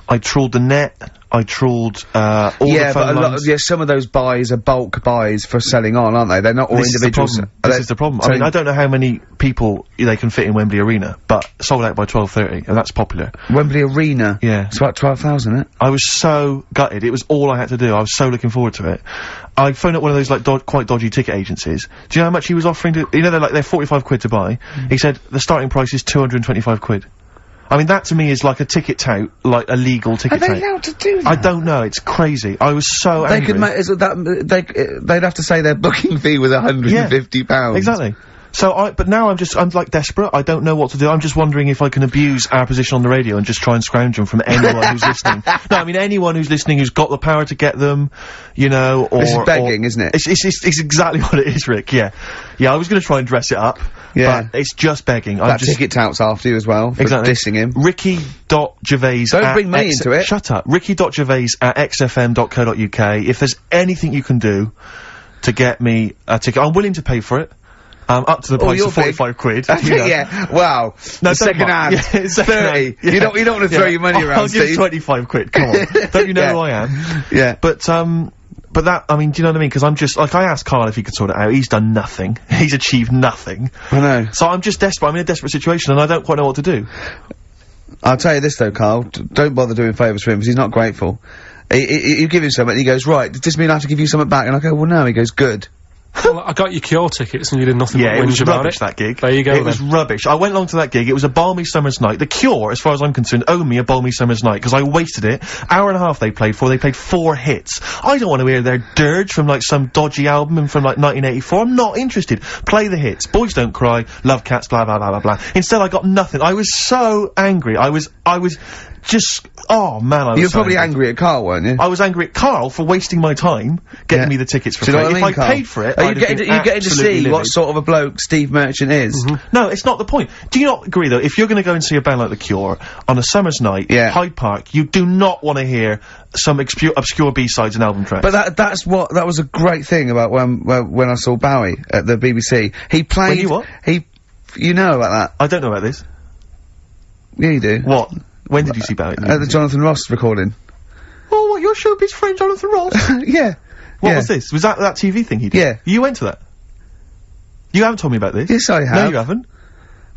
Speaker 2: I trawled the net. I trawled uh, all
Speaker 1: yeah,
Speaker 2: the phone
Speaker 1: but a lot.
Speaker 2: lines.
Speaker 1: yeah, some of those buys are bulk buys for selling on, aren't they? They're not all
Speaker 2: This is the
Speaker 1: individuals.
Speaker 2: problem.
Speaker 1: Are
Speaker 2: This
Speaker 1: they-
Speaker 2: is the problem. I
Speaker 1: so-
Speaker 2: mean, I don't know how many people they can fit in Wembley Arena, but sold out by twelve thirty, and that's popular.
Speaker 1: Wembley Arena.
Speaker 2: Yeah.
Speaker 1: It's about 12,000, isn't it?
Speaker 2: I was so gutted. It was all I had to do. I was so looking forward to it. I phoned up one of those like dod- quite dodgy ticket agencies. Do you know how much he was offering to? You know they're like they're forty five quid to buy.
Speaker 1: Mm.
Speaker 2: He said the starting price is two hundred and twenty five quid. I mean that to me is like a ticket tout, like a legal
Speaker 1: Are
Speaker 2: ticket
Speaker 1: they
Speaker 2: tout.
Speaker 1: allowed to do
Speaker 2: I
Speaker 1: that?
Speaker 2: don't know. It's crazy. I was so
Speaker 1: They
Speaker 2: angry.
Speaker 1: could make, is it that, they, c- they'd have to say their booking fee was £150.
Speaker 2: exactly. So I, but now I'm just, I'm like desperate. I don't know what to do. I'm just wondering if I can abuse our position on the radio and just try and scrounge them from anyone
Speaker 1: (laughs)
Speaker 2: who's listening. No, I mean anyone who's listening who's got the power to get them, you know, or
Speaker 1: This is
Speaker 2: or-
Speaker 1: begging, isn't it?
Speaker 2: It's, it's, it's, it's exactly (laughs) what it is, Rick. Yeah, yeah. I was going to try and dress it up,
Speaker 1: Yeah.
Speaker 2: but it's just begging. I'm
Speaker 1: That
Speaker 2: just
Speaker 1: ticket touts after you as well for
Speaker 2: exactly
Speaker 1: dissing him.
Speaker 2: Ricky dot Gervais.
Speaker 1: Don't
Speaker 2: at
Speaker 1: bring me into it.
Speaker 2: Shut up. Ricky dot Gervais at xfm.co.uk. If there's anything you can do to get me a ticket, I'm willing to pay for it. Um, up to the price
Speaker 1: Oh, you're
Speaker 2: of 45
Speaker 1: (laughs)
Speaker 2: quid. you know.
Speaker 1: yeah. Wow.
Speaker 2: No,
Speaker 1: The
Speaker 2: don't
Speaker 1: second hand.
Speaker 2: mind. (laughs) Yeah, second hand.
Speaker 1: 30.
Speaker 2: Yeah.
Speaker 1: You don't, you don't want to
Speaker 2: Yeah.
Speaker 1: throw your money
Speaker 2: I'll-
Speaker 1: around,
Speaker 2: I'll give
Speaker 1: Steve.
Speaker 2: you 25 quid. Come
Speaker 1: (laughs)
Speaker 2: on. don't you know
Speaker 1: Yeah.
Speaker 2: who I am?
Speaker 1: Yeah.
Speaker 2: But, um, but that, I mean, do you know what I mean? Because I'm just, like, I asked Carl if he could sort it out. He's done nothing. (laughs) He's achieved nothing.
Speaker 1: I know.
Speaker 2: So I'm just desperate. I'm in a desperate situation and I don't quite know what to do.
Speaker 1: I'll tell you this though, Carl. D- don't bother doing favours for him because he's not grateful. He- he- you give him something, he goes, right, does this mean I have to give you something back? And I go, well, no. He goes, good.
Speaker 3: well, I got your cure tickets and you did nothing
Speaker 2: Yeah,
Speaker 3: but
Speaker 2: it
Speaker 3: whinge
Speaker 2: was
Speaker 3: about
Speaker 2: rubbish
Speaker 3: it.
Speaker 2: that gig.
Speaker 3: There you go
Speaker 2: It
Speaker 3: then.
Speaker 2: was rubbish. I went along to that gig. It was a balmy summer's night. The Cure, as far as I'm concerned, owe me a balmy summer's night because I wasted it. Hour and a half they played for. They played four hits. I don't want to hear their dirge from like some dodgy album and from like 1984. I'm not interested. Play the hits. Boys don't cry. Love cats. Blah blah blah blah blah. Instead, I got nothing. I was so angry. I was I was just oh man. I was
Speaker 1: You were
Speaker 2: so
Speaker 1: probably angry at Carl, weren't you?
Speaker 2: I was angry at Carl for wasting my time getting
Speaker 1: Yeah.
Speaker 2: me the tickets for
Speaker 1: Do you
Speaker 2: free.
Speaker 1: know what I mean,
Speaker 2: if I
Speaker 1: Carl?
Speaker 2: paid for it,
Speaker 1: Are you
Speaker 2: I'd have
Speaker 1: getting,
Speaker 2: been
Speaker 1: to- you getting to see
Speaker 2: absolutely
Speaker 1: what
Speaker 2: livid. Mm-hmm.
Speaker 1: sort of a bloke Steve Merchant is?
Speaker 2: (laughs) No, it's not the point. Do you not agree though? If you're going to go and see a band like The Cure on a summer's night,
Speaker 1: Yeah.
Speaker 2: Hyde Park, you do not want to hear some expu- obscure B-sides and album tracks.
Speaker 1: But that that's what that was a great thing about when when, when I saw Bowie at the BBC. He played
Speaker 2: you what?
Speaker 1: he you know about
Speaker 2: I don't know about this.
Speaker 1: that. Yeah, you do.
Speaker 2: What? When did you see Bowie?
Speaker 1: At the Jonathan Ross recording.
Speaker 2: oh, what, your showbiz friend Jonathan Ross?
Speaker 1: (laughs) yeah.
Speaker 2: what
Speaker 1: yeah.
Speaker 2: was this? Was that that TV thing he did?
Speaker 1: Yeah.
Speaker 2: You went to that? You haven't told me about this.
Speaker 1: Yes, I
Speaker 2: No,
Speaker 1: have.
Speaker 2: you haven't.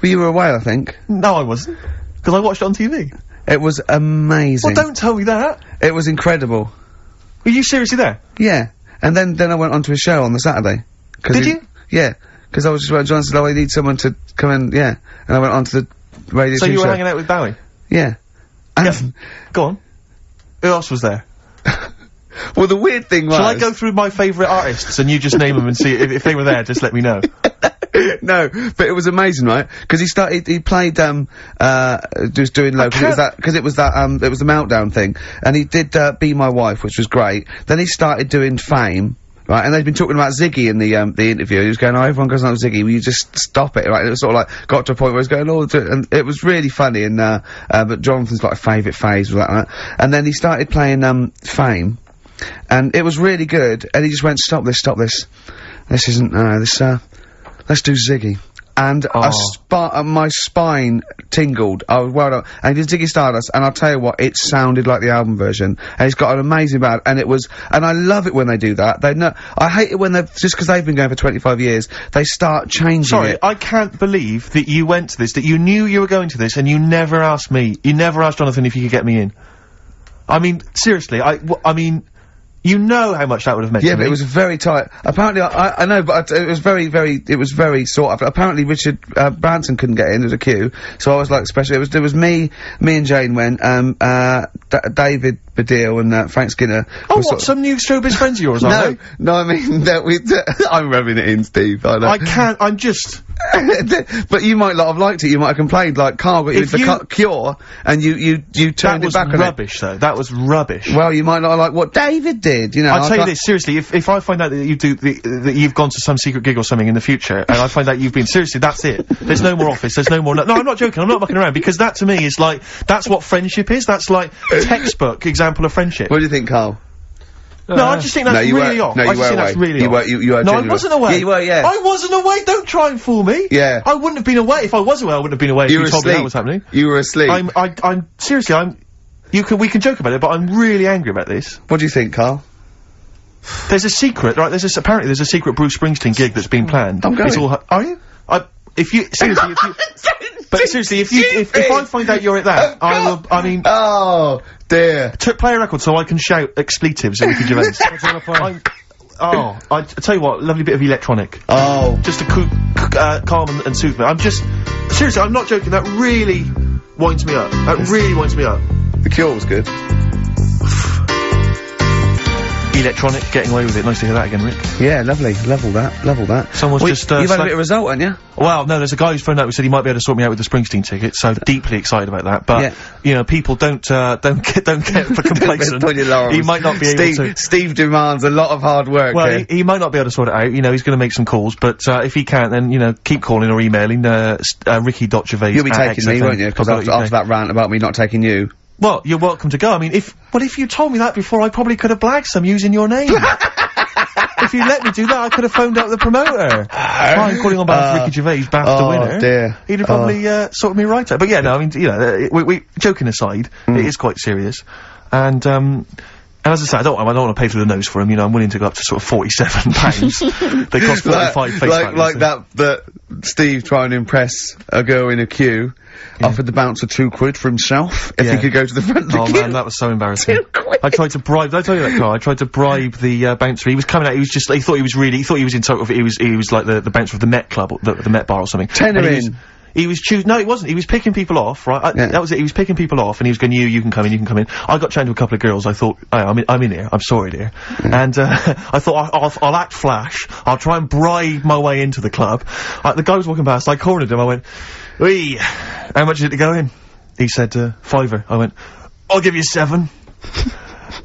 Speaker 1: Well, you were away, I think.
Speaker 2: No, I wasn't. Because I watched it on TV.
Speaker 1: It was amazing.
Speaker 2: Well, don't tell me that.
Speaker 1: It was incredible.
Speaker 2: Were you seriously there?
Speaker 1: Yeah. And then then I went onto a show on the Saturday. 'Cause
Speaker 2: Did
Speaker 1: he-
Speaker 2: you?
Speaker 1: Yeah. Because I was just went. John said, "Oh, I need someone to come in." Yeah. And I went onto the radio.
Speaker 2: So
Speaker 1: 2
Speaker 2: you were
Speaker 1: show.
Speaker 2: hanging out with Bowie.
Speaker 1: Yeah. And
Speaker 2: Go on. Who else was there?
Speaker 1: (laughs) well, the weird thing was.
Speaker 2: Shall I go through my favourite artists and you just name them and see if, if they were there? Just let me know.
Speaker 1: (laughs) no, but it was amazing, right? Because he started, he played, um, uh, just doing low, because it was
Speaker 2: can't-
Speaker 1: that, because it was that, um, it was the meltdown thing, and he did uh, "Be My Wife," which was great. Then he started doing "Fame." Right, and they'd been talking about Ziggy in the um, the interview. He was going, "Oh, everyone goes on Ziggy. Will you just stop it?" Right, and it was sort of like got to a point where it was going, "Oh," do it," and it was really funny. And uh, uh, but Jonathan's like favourite phase was that, right? and then he started playing um, "Fame," and it was really good. And he just went, "Stop this! Stop this! This isn't uh, this uh, let's do Ziggy." And
Speaker 2: Oh.
Speaker 1: a spi- uh, my spine tingled. I was well done. And he did Ziggy Stardust, and I'll tell you what, it sounded like the album version. And it's got an amazing band, and it was, and I love it when they do that. They know, I hate it when they've, just because they've been going for 25 years, they start changing
Speaker 2: (laughs) Sorry,
Speaker 1: it.
Speaker 2: I can't believe that you went to this, that you knew you were going to this and you never asked me. You never asked Jonathan if you could get me in. I mean, seriously, I, w- I mean, you know how much that would have meant
Speaker 1: Yeah,
Speaker 2: to
Speaker 1: but
Speaker 2: me.
Speaker 1: it was very tight. Apparently, I, I, I know, but I, it was very, very, it was very sought after. Apparently, Richard uh, Branson couldn't get in. There was a queue, so I was like special. It was there was me, me and Jane went. Um, uh, D- David Baddiel and uh, Frank Skinner. were
Speaker 2: Oh, what,
Speaker 1: sort of-
Speaker 2: some new showbiz friends of yours,
Speaker 1: (laughs)
Speaker 2: are
Speaker 1: No,
Speaker 2: they?
Speaker 1: no, I mean (laughs) that we. I'm rubbing it in, Steve. I know.
Speaker 2: I can't, I'm just,
Speaker 1: (laughs) but you might not have liked it. You might have complained, like Carl got you
Speaker 2: If
Speaker 1: the
Speaker 2: you-
Speaker 1: cu- cure, and you you you
Speaker 2: that
Speaker 1: turned it
Speaker 2: was
Speaker 1: back on it.
Speaker 2: rubbish though, that was rubbish.
Speaker 1: Well, you might not like what David did. You know,
Speaker 2: I'll
Speaker 1: I
Speaker 2: tell you
Speaker 1: can't-
Speaker 2: this seriously. If if I find out that you do the, that you've gone to some secret gig or something in the future, and I find out you've been seriously, that's it. There's no more office. There's no more. No, I'm not joking. I'm not mucking around because that to me is like that's what friendship is. That's like textbook example of friendship.
Speaker 1: What do you think, Carl?
Speaker 2: No,
Speaker 3: Uh,
Speaker 2: I just think that's
Speaker 1: No, you
Speaker 2: really
Speaker 1: were-
Speaker 2: off.
Speaker 1: no, you
Speaker 2: I just
Speaker 1: were
Speaker 2: think that's
Speaker 1: away.
Speaker 2: really
Speaker 1: You
Speaker 2: off.
Speaker 1: were- you- you are
Speaker 2: no, I
Speaker 1: genuinely-
Speaker 2: wasn't away.
Speaker 1: Yeah, you were, yeah.
Speaker 2: I wasn't away. Don't try and fool me.
Speaker 1: Yeah.
Speaker 2: I wouldn't have been away if I was away. I wouldn't have been away
Speaker 1: You
Speaker 2: if
Speaker 1: were
Speaker 2: you told me
Speaker 1: asleep.
Speaker 2: that was happening.
Speaker 1: You were asleep.
Speaker 2: I'm I, I'm seriously. I'm. You can we can joke about it, but I'm really angry about this.
Speaker 1: What do you think, (laughs) Carl?
Speaker 2: There's a secret, right? There's a, apparently there's a secret Bruce Springsteen gig that's been planned.
Speaker 1: I'm going.
Speaker 2: It's all hu- are you? I, if you seriously, if
Speaker 1: (laughs)
Speaker 2: you, but seriously, if you if, if I find out you're at that, I will. I mean,
Speaker 1: Oh dear.
Speaker 2: t- play a record so I can shout expletives at Ricky Gervais.
Speaker 1: (laughs)
Speaker 2: I'm, oh, I, I tell you what, lovely bit of electronic,
Speaker 1: Oh.
Speaker 2: just to coo- c- uh, calm and, and soothe me. I'm just seriously, I'm not joking. That really winds me up. That really winds me up.
Speaker 1: The cure was good.
Speaker 2: Electronic, getting away with it. Nice to hear that again, Rick.
Speaker 1: Yeah, lovely. Love all that. Love all that.
Speaker 2: Someone's
Speaker 1: Well,
Speaker 2: just, uh,
Speaker 1: You've had a
Speaker 2: slack-
Speaker 1: bit of result, haven't you?
Speaker 2: Well, no, there's a guy who's phoned up who said he might be able to sort me out with the Springsteen ticket, so deeply excited about that. But
Speaker 1: Yeah.
Speaker 2: you know, people don't uh, don't get don't
Speaker 1: (laughs)
Speaker 2: get for complacent.
Speaker 1: Don't your laurels.
Speaker 2: he might not be
Speaker 1: Steve,
Speaker 2: able to.
Speaker 1: Steve demands a lot of hard work.
Speaker 2: Well,
Speaker 1: here.
Speaker 2: he, he might not be able to sort it out. You know, he's going to make some calls, but uh, if he can't, then you know, keep calling or emailing uh, s- uh, Ricky Gervais.
Speaker 1: You'll be taking me, won't you? Because after, after that rant about me not taking you.
Speaker 2: Well, you're welcome to go. I mean, if well, if you told me that before, I probably could have blagged some using your
Speaker 1: (laughs)
Speaker 2: name. if you let me do that, I could have phoned up the promoter. Why I'm calling on behalf of
Speaker 1: Uh,
Speaker 2: Ricky Gervais, BAFTA
Speaker 1: oh,
Speaker 2: winner.
Speaker 1: dear. Oh.
Speaker 2: He'd have probably uh, sorted me right out. But yeah, no, I mean, you know, uh, we, we joking aside,
Speaker 1: Hmm.
Speaker 2: it is quite serious, and. um and as I said, I don't, I don't want to pay through the nose
Speaker 1: (laughs)
Speaker 2: for him. You know, I'm willing to go up to sort of forty-seven (laughs) pounds. they cost
Speaker 1: Like,
Speaker 2: forty-five face
Speaker 1: like,
Speaker 2: values.
Speaker 1: like that, that, Steve trying to impress a girl in a queue, offered the bouncer two quid for himself if he
Speaker 2: Yeah.
Speaker 1: could go to the front of the
Speaker 2: Oh
Speaker 1: queue. (laughs)
Speaker 2: man, that was so embarrassing. I tried to bribe. Did I tell you that guy? I tried to bribe the uh, bouncer. He was coming out. He was just. He thought he was really. He thought he was in total. He was. He was like the, the bouncer of the Met Club, or the, the Met Bar, or something.
Speaker 1: Tenner
Speaker 2: And he
Speaker 1: in.
Speaker 2: was- He was choosing. No, he wasn't. He was picking people off. Right. I,
Speaker 1: Yeah.
Speaker 2: That was it. He was picking people off, and he was going, "You, you can come in. You can come in." I got chatting to a couple of girls. I thought, oh, "I'm in. I'm in here. I'm sorry, dear." And uh, (laughs) I thought, I'll, I'll, "I'll act flash. I'll try and bribe my way into the club." Uh, the guy was walking past. I cornered him. I went, "Wee, how much is it to go in?" He said, uh, fiver. I went, I'll give you seven. (laughs)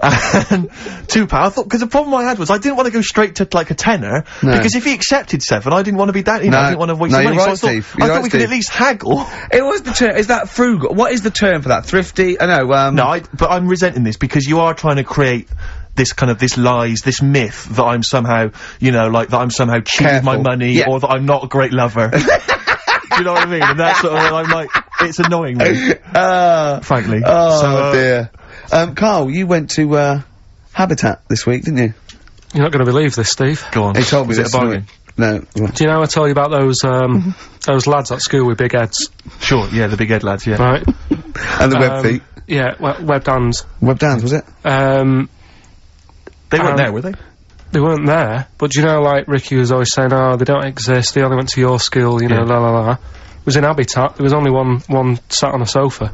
Speaker 2: and two pound. I thought because the problem I had was I didn't want to go straight to like a tenner
Speaker 1: No.
Speaker 2: because if he accepted seven, I didn't want to be down. You know,
Speaker 1: No.
Speaker 2: I didn't want to waste
Speaker 1: No,
Speaker 2: the
Speaker 1: you're
Speaker 2: money. so I
Speaker 1: right,
Speaker 2: thought,
Speaker 1: Steve.
Speaker 2: I
Speaker 1: You're
Speaker 2: thought
Speaker 1: right,
Speaker 2: we could
Speaker 1: Steve.
Speaker 2: at least haggle.
Speaker 1: It was the term. Is that frugal? What is the term for that? Thrifty? I know. Um,
Speaker 2: no, I, but I'm resenting this because you are trying to create this kind of this lies, this myth that I'm somehow, you know, like that I'm somehow cheap with my
Speaker 1: Careful.
Speaker 2: money
Speaker 1: Yeah.
Speaker 2: or that I'm not a great lover. Do you know what I mean? And that's sort of, I'm like, it's annoying me,
Speaker 1: Uh,
Speaker 2: frankly.
Speaker 1: oh
Speaker 2: So, uh,
Speaker 1: dear. Um, Carl, you went to uh, Habitat this week, didn't you?
Speaker 3: You're not going to believe this, Steve.
Speaker 2: Go on.
Speaker 1: They told me
Speaker 2: Is it
Speaker 1: this.
Speaker 2: a bargain?
Speaker 1: No.
Speaker 3: Do you know I tell you about those
Speaker 2: Mm-hmm.
Speaker 3: um those lads at school with big heads,
Speaker 2: Sure, yeah, the big head lads, yeah.
Speaker 3: right?
Speaker 1: And the web
Speaker 3: Um,
Speaker 1: feet.
Speaker 3: Yeah, we- webbed hands.
Speaker 1: Web dance, was it?
Speaker 3: Um,
Speaker 2: They weren't
Speaker 3: Um,
Speaker 2: there, were they?
Speaker 3: they weren't there, but do you know, like Ricky was always saying, "Oh, they don't exist. They only went to your school." You know,
Speaker 2: Yeah.
Speaker 3: la la la. It was in Habitat. There was only one one sat on a sofa.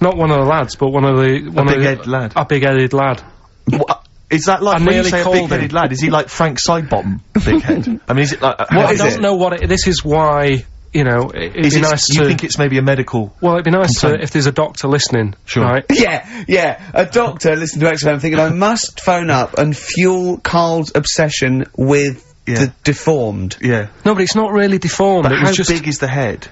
Speaker 3: Not one of the lads, but one of the one of the,
Speaker 2: big-headed lad.
Speaker 3: A big-headed lad.
Speaker 2: What, is that like
Speaker 3: I
Speaker 2: when you
Speaker 3: nearly
Speaker 2: say a
Speaker 3: called
Speaker 2: big-headed
Speaker 3: him.
Speaker 2: lad? Is he like Frank Sidebottom, big head? I mean, is it like uh,
Speaker 3: I
Speaker 2: how-
Speaker 1: is
Speaker 3: don't
Speaker 1: it?
Speaker 3: know what it. This is why you know it, it'd
Speaker 2: Is
Speaker 3: be
Speaker 2: it-
Speaker 3: nice
Speaker 2: you
Speaker 3: to.
Speaker 2: think it's maybe a medical?
Speaker 3: well, it'd be nice to
Speaker 2: Consent.
Speaker 3: if there's a doctor listening,
Speaker 2: Sure.
Speaker 3: right?
Speaker 1: (laughs) Yeah, yeah. A doctor listened to XFM thinking I must phone up and fuel Carl's obsession with
Speaker 2: Yeah.
Speaker 1: the deformed.
Speaker 2: Yeah,
Speaker 3: No, but it's not really deformed.
Speaker 2: but
Speaker 3: it
Speaker 2: how
Speaker 3: was just
Speaker 2: big is the head?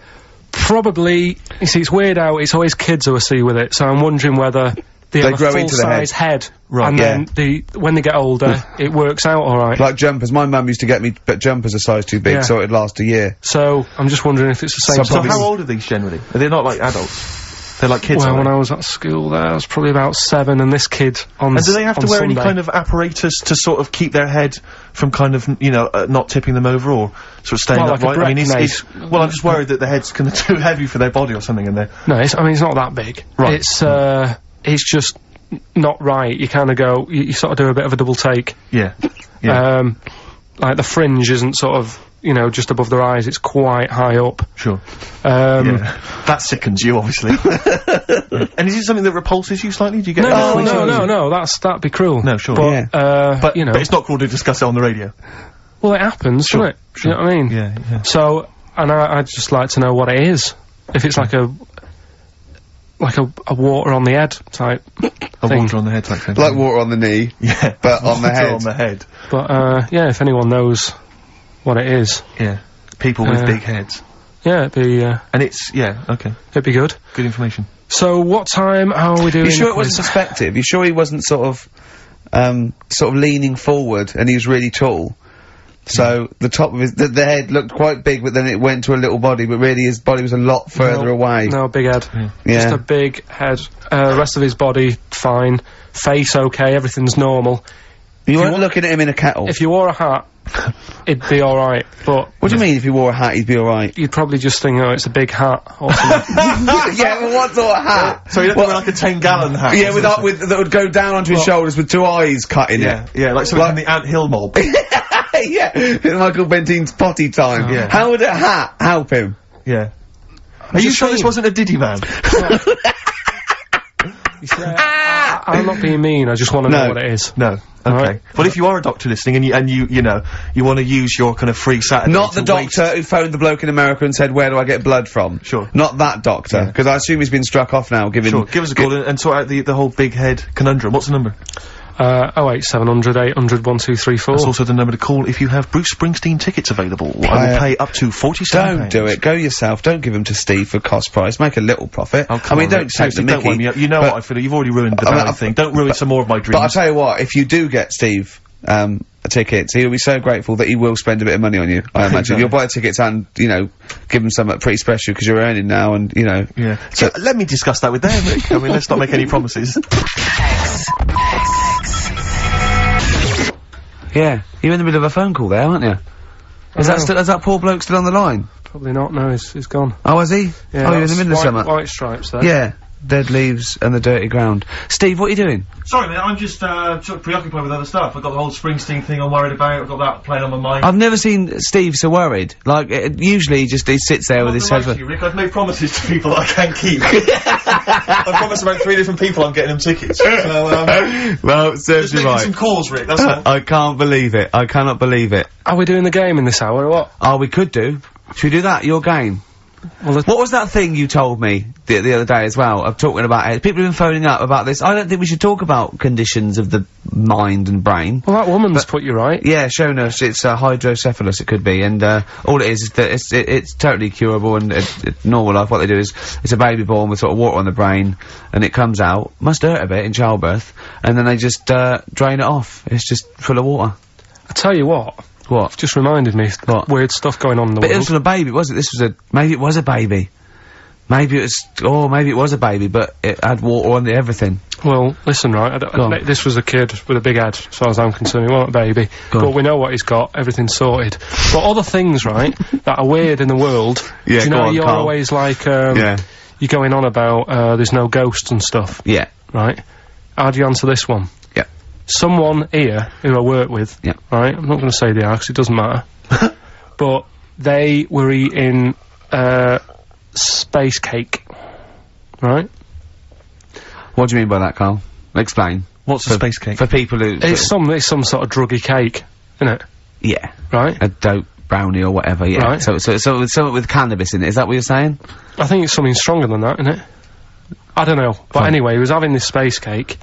Speaker 3: probably you see it's weird how it's always kids who I see with it, so I'm wondering whether they, have
Speaker 1: grow
Speaker 3: a
Speaker 1: into
Speaker 3: full
Speaker 1: the head.
Speaker 3: size head,
Speaker 2: Right, Hmm.
Speaker 3: and
Speaker 1: yeah.
Speaker 3: then the when they get older it works out all right.
Speaker 1: Like jumpers. My mum used to get me but jumpers a size too big,
Speaker 3: Yeah.
Speaker 1: so it'd last a year.
Speaker 3: so I'm just wondering if it's the same.
Speaker 1: So
Speaker 2: So
Speaker 3: sort of-
Speaker 1: Probably-
Speaker 2: how old are these generally? Are they not like adults? They're like kids.
Speaker 3: well,
Speaker 2: aren't
Speaker 3: when
Speaker 2: they?
Speaker 3: I was at school, there I was probably about seven, and this kid on
Speaker 2: and do they have to
Speaker 3: on
Speaker 2: wear any
Speaker 3: Sunday-
Speaker 2: kind of apparatus to sort of keep their head from kind of you know uh, not tipping them over or sort of staying
Speaker 3: Well, like a
Speaker 2: upright? I mean, is,
Speaker 3: Brecknase.
Speaker 2: is, well, I'm just worried that the head's kind of (laughs) too heavy for their body or something in there.
Speaker 3: No, it's, I mean it's not that big.
Speaker 2: Right.
Speaker 3: It's uh, it's just n- not right. You kind of go, you, you sort of do a bit of a double take.
Speaker 2: Yeah, yeah,
Speaker 3: Um, like the fringe isn't sort of you know just above their eyes; it's quite high up.
Speaker 2: sure.
Speaker 3: Um,
Speaker 2: Yeah. that sickens you,
Speaker 3: (laughs)
Speaker 2: obviously. Yeah. And is it something that repulses you slightly? Do you get
Speaker 3: No,
Speaker 2: that
Speaker 3: no,
Speaker 2: feeling?
Speaker 3: no, no, no, that's, that'd be cruel.
Speaker 2: Oh, No, sure.
Speaker 3: But,
Speaker 1: Yeah.
Speaker 3: uh,
Speaker 2: But,
Speaker 3: you know,
Speaker 2: but it's not cool to discuss it on the radio.
Speaker 3: well, it happens, doesn't it? Do You know what I mean?
Speaker 2: Yeah, yeah.
Speaker 3: So, and I, I'd just like to know what it is. If it's like a, like a, a water on the head type,
Speaker 2: A
Speaker 3: Thing.
Speaker 2: water on the head type thing.
Speaker 1: Like water on the knee.
Speaker 2: yeah.
Speaker 1: but on the
Speaker 2: (laughs) Water
Speaker 1: head.
Speaker 2: on the head.
Speaker 3: but, uh, yeah, if anyone knows what it is,
Speaker 2: Yeah. People with
Speaker 3: Uh,
Speaker 2: big heads.
Speaker 3: yeah, it'd be, uh,
Speaker 2: And it's, yeah, okay.
Speaker 3: it'd be good.
Speaker 2: Good information.
Speaker 3: So what time are we doing?
Speaker 1: You sure
Speaker 3: the
Speaker 1: it wasn't
Speaker 3: quiz?
Speaker 1: perspective? You sure he wasn't sort of, um, sort of leaning forward and he was really tall? So the top of his, the, the head looked quite big, but then it went to a little body, but really his body was a lot further
Speaker 3: No,
Speaker 1: away.
Speaker 3: No, big head.
Speaker 1: Yeah.
Speaker 3: Just a big head. Uh, rest of his body, fine. Face, okay, everything's normal.
Speaker 1: You weren't looking at him in a kettle.
Speaker 3: If you wore
Speaker 1: (laughs)
Speaker 3: a hat, it'd be alright, but
Speaker 1: What do you mean if he wore a hat he'd be alright?
Speaker 3: you'd probably just think, oh, it's a big hat or
Speaker 1: (laughs)
Speaker 3: something.
Speaker 1: yeah, but what sort of (laughs) hat?
Speaker 2: So you don't
Speaker 1: What-
Speaker 2: wear like a 10 gallon hat.
Speaker 1: Yeah,
Speaker 2: or
Speaker 1: with,
Speaker 2: something.
Speaker 1: with that would go down onto his shoulders with two eyes cut in
Speaker 2: Yeah,
Speaker 1: it.
Speaker 2: yeah, like something
Speaker 1: Like-
Speaker 2: from the Ant Hill
Speaker 1: (laughs)
Speaker 2: mob.
Speaker 1: yeah, Michael Bentine's potty time.
Speaker 2: Yeah.
Speaker 1: How would a hat help him?
Speaker 2: yeah. Are you
Speaker 3: just
Speaker 2: sure this
Speaker 3: saying.
Speaker 2: wasn't a Diddy man?
Speaker 3: I, am not being mean, I just want to
Speaker 1: No.
Speaker 3: know what it is.
Speaker 2: No. Okay.
Speaker 3: right.
Speaker 2: Well, if you are a doctor listening and you, and you, you know, you want to use your kind of free Saturday
Speaker 1: Not the
Speaker 2: to wait-
Speaker 1: doctor who phoned the bloke in America and said, "Where do I get blood from?"
Speaker 2: Sure.
Speaker 1: Not that doctor, because I assume he's been struck off now. Given
Speaker 2: Sure, give us a call and, and sort out the, the whole big head conundrum. What's the number?
Speaker 3: Uh, 08700 800 1234.
Speaker 1: Oh.
Speaker 2: That's also the number to call if you have Bruce Springsteen tickets available. I
Speaker 1: Player.
Speaker 2: will pay up to forty-seven.
Speaker 1: don't
Speaker 2: pounds.
Speaker 1: do it. Go yourself. Don't give them to Steve for cost price. Make a little profit.
Speaker 2: Oh, come
Speaker 1: I mean,
Speaker 2: on,
Speaker 1: don't take
Speaker 2: Rick,
Speaker 1: the
Speaker 2: seriously,
Speaker 1: Mickey.
Speaker 2: don't wind me up. You know
Speaker 1: but,
Speaker 2: what I feel. You've already ruined the
Speaker 1: I mean,
Speaker 2: ballad
Speaker 1: I-
Speaker 2: thing. Don't ruin some more of my
Speaker 1: But I'll
Speaker 2: dreams.
Speaker 1: tell you what, if you do get Steve um, a ticket, he'll be so grateful that he will spend a bit of money on you.
Speaker 2: (laughs)
Speaker 1: I imagine
Speaker 2: Exactly.
Speaker 1: you'll buy the tickets and you know give him something pretty special because you're earning now, and you know.
Speaker 2: yeah. So let me discuss that with them. Rick. I mean, let's not make any promises.
Speaker 1: Yeah, you're in the middle of a phone call there, aren't you? Is
Speaker 2: Oh.
Speaker 1: that
Speaker 3: know.
Speaker 1: still, is that poor bloke still on the line?
Speaker 3: Probably not. No, he's he's gone.
Speaker 1: Oh, is he?
Speaker 3: Yeah,
Speaker 1: oh, you're in
Speaker 3: that's
Speaker 1: the middle of
Speaker 3: white,
Speaker 1: summer.
Speaker 3: White stripes there.
Speaker 1: Yeah. Dead leaves and the dirty ground. Steve, what are you doing?
Speaker 2: (laughs) Sorry, mate, I'm just uh, sort of preoccupied with other stuff. I've got the whole Springsteen thing I'm worried about. I've got that playing on my mind.
Speaker 1: I've never seen Steve so worried. Like, uh, usually he just he sits there with his
Speaker 2: Not gonna lie
Speaker 1: headphones.
Speaker 2: to you, Rick, I've made promises to people that I can't (laughs) keep. I promised about three different people I'm getting them tickets. So, (laughs) um,
Speaker 1: (laughs) well, serves
Speaker 2: just making some calls, Rick, that's all.
Speaker 1: (laughs) I can't believe it. I cannot believe it.
Speaker 3: Are we doing the game in this hour or what?
Speaker 1: Oh, we could do. Should we do that? Your game.
Speaker 3: Well, the-
Speaker 1: What was that thing you told me the, the other day as well? I'm talking about it. People have been phoning up about this. I don't think we should talk about conditions of the mind and brain.
Speaker 3: Well, that woman's put you right.
Speaker 1: Yeah, shown us it's uh, hydrocephalus. It could be, and uh, all it is is that it's it, it's totally curable and it, it, normal life. What they do is it's a baby born with sort of water on the brain, and it comes out must hurt a bit in childbirth, and then they just uh, drain it off. It's just full of water.
Speaker 3: I tell you what,
Speaker 1: What?
Speaker 3: just reminded me th-
Speaker 1: What?
Speaker 3: weird stuff going on in the
Speaker 1: But it
Speaker 3: world.
Speaker 1: was from a baby, was it? This was a maybe it was a baby. Maybe it was, oh, maybe it was a baby, but it had water on the everything.
Speaker 3: Well, listen, right, I d-
Speaker 1: Go on.
Speaker 3: I- this was a kid with a big head, as far as I'm concerned, he wasn't a baby.
Speaker 1: Go on.
Speaker 3: But we know what he's got, everything's sorted. But other
Speaker 1: (laughs)
Speaker 3: things, right, that are weird in the world,
Speaker 1: Yeah,
Speaker 3: do you
Speaker 1: go
Speaker 3: know
Speaker 1: on,
Speaker 3: you're
Speaker 1: Carl.
Speaker 3: always like, um,
Speaker 1: Yeah.
Speaker 3: you're going on about, uh, there's no ghosts and stuff,
Speaker 1: Yeah,
Speaker 3: right? How do you answer this one?
Speaker 1: yeah,
Speaker 3: Someone here, who I work with,
Speaker 1: yeah.
Speaker 3: right, I'm not going to say they are, 'cause it
Speaker 1: (laughs)
Speaker 3: doesn't matter, but they were eating, uh, space cake, right?
Speaker 1: What do you mean by that, Carl? Explain
Speaker 2: What's a space cake?
Speaker 1: for people who.
Speaker 3: It's some, it's some sort of druggy cake, isn't it?
Speaker 1: yeah.
Speaker 3: Right?
Speaker 1: a dope brownie or whatever. Yeah.
Speaker 3: Right.
Speaker 1: So so so with something with cannabis in it. Is that what you're saying?
Speaker 3: I think it's something stronger than that, isn't it? I don't know. But anyway, he was having this space cake,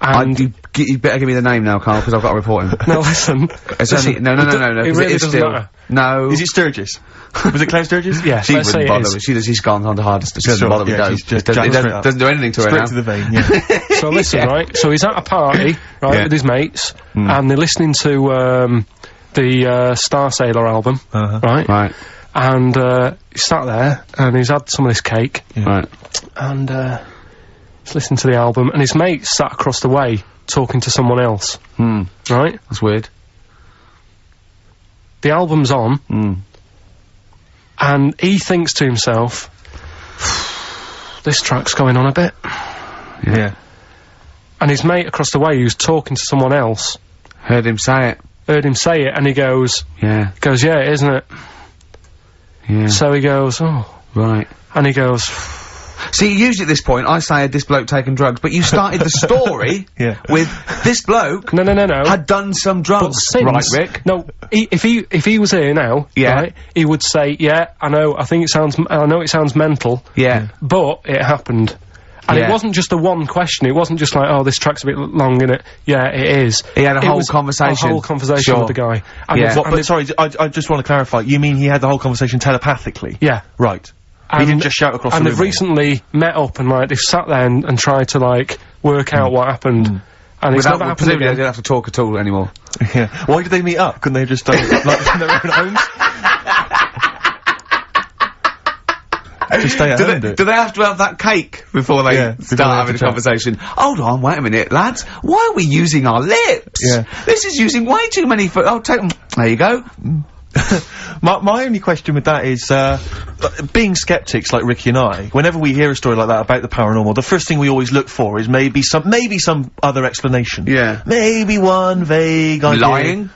Speaker 1: I,
Speaker 3: and (laughs)
Speaker 1: you, g- you better give me the name now, Carl, because I've got to report him.
Speaker 3: no, listen,
Speaker 1: It's only,
Speaker 3: listen,
Speaker 1: no, no,
Speaker 3: it
Speaker 1: no,
Speaker 3: do-
Speaker 1: no, no.
Speaker 3: It
Speaker 1: 'cause
Speaker 3: really
Speaker 1: is
Speaker 3: doesn't
Speaker 1: still,
Speaker 3: matter.
Speaker 1: No.
Speaker 2: Is it (laughs) Sturgis? Was it Claire Sturgis?
Speaker 3: Yeah,
Speaker 1: she
Speaker 3: let's say
Speaker 1: wouldn't
Speaker 3: it
Speaker 1: bother.
Speaker 3: is.
Speaker 1: with- She does. She's gone on to hard. She doesn't
Speaker 2: Sure,
Speaker 1: bother with
Speaker 2: yeah,
Speaker 1: dope.
Speaker 2: she's just
Speaker 1: It doesn't,
Speaker 2: jacked
Speaker 1: it
Speaker 2: straight
Speaker 1: doesn't,
Speaker 2: up.
Speaker 1: doesn't do anything to her
Speaker 2: Straight
Speaker 1: now.
Speaker 2: to the vein, (laughs) yeah.
Speaker 3: So
Speaker 1: (laughs)
Speaker 3: listen,
Speaker 1: Yeah.
Speaker 3: right? So he's at a party, right,
Speaker 1: Yeah. Hmm.
Speaker 3: with his mates, and they're listening to um, the uh, Star Sailor album,
Speaker 2: Uh-huh.
Speaker 3: right?
Speaker 1: Right.
Speaker 3: And uh, he sat there, and he's had some of this cake,
Speaker 1: Right.
Speaker 3: and uh, he's listening to the album, and his mate sat across the way talking to someone else,
Speaker 1: Hmm.
Speaker 3: right?
Speaker 1: That's weird.
Speaker 3: The album's on,
Speaker 1: Hmm.
Speaker 3: and he thinks to himself, this track's going on a bit.
Speaker 2: yeah.
Speaker 3: And his mate across the way, who's talking to someone else,
Speaker 1: Heard him say it.
Speaker 3: heard him say it, and he goes,
Speaker 1: Yeah.
Speaker 3: goes, yeah, it is, isn't it?
Speaker 1: Yeah.
Speaker 3: So he goes, oh,
Speaker 1: right.
Speaker 3: and he goes,
Speaker 1: See, usually at this point, I say this bloke taking drugs, but you started the
Speaker 3: (laughs)
Speaker 1: story
Speaker 2: Yeah.
Speaker 1: with this bloke
Speaker 3: no, no, no, no.
Speaker 1: had done some
Speaker 3: but
Speaker 1: drugs.
Speaker 3: since,
Speaker 1: right, Rick?
Speaker 3: No, he, if he if he was here now,
Speaker 1: Yeah.
Speaker 3: right, he would say, yeah, I know, I think it sounds, m- I know it sounds mental,
Speaker 1: Yeah.
Speaker 3: but it happened. And
Speaker 1: Yeah.
Speaker 3: it wasn't just a one question. It wasn't just like, oh, this track's a bit l- long, innit? Yeah, it is.
Speaker 1: He had a
Speaker 3: It
Speaker 1: whole
Speaker 3: was
Speaker 1: conversation.
Speaker 3: A whole conversation
Speaker 1: Sure.
Speaker 3: with the guy. And
Speaker 1: Yeah.
Speaker 3: it-
Speaker 1: What-
Speaker 2: But,
Speaker 3: and
Speaker 2: but
Speaker 3: it-
Speaker 2: sorry, d- I, I just want to clarify. You mean he had the whole conversation telepathically?
Speaker 3: yeah.
Speaker 2: Right.
Speaker 3: And,
Speaker 2: didn't just shout across
Speaker 3: and
Speaker 2: the
Speaker 3: they've
Speaker 2: room.
Speaker 3: recently met up and like they've sat there and, and tried to like work out what happened. And it's
Speaker 1: Mm. Without,
Speaker 3: never happened
Speaker 1: presumably,
Speaker 3: again.
Speaker 1: they don't have to talk at all anymore.
Speaker 2: Yeah. Why did they meet up? Couldn't they have just done it like in their own
Speaker 1: (laughs)
Speaker 2: homes? just stay at
Speaker 1: Do
Speaker 2: home.
Speaker 1: they,
Speaker 2: do it.
Speaker 1: do they have to have that cake before they
Speaker 2: Yeah, before
Speaker 1: start
Speaker 2: they have
Speaker 1: having
Speaker 2: to
Speaker 1: a
Speaker 2: chat.
Speaker 1: conversation? Hold on, wait a minute, lads. Why are we using our lips?
Speaker 2: Yeah.
Speaker 1: This is using way too many for- oh, take 'em. There you go.
Speaker 2: My, my only question with that is, uh, th- being skeptics like Ricky and I, whenever we hear a story like that about the paranormal, the first thing we always look for is maybe some, maybe some other explanation.
Speaker 1: Yeah.
Speaker 2: Maybe one vague idea.
Speaker 1: Lying,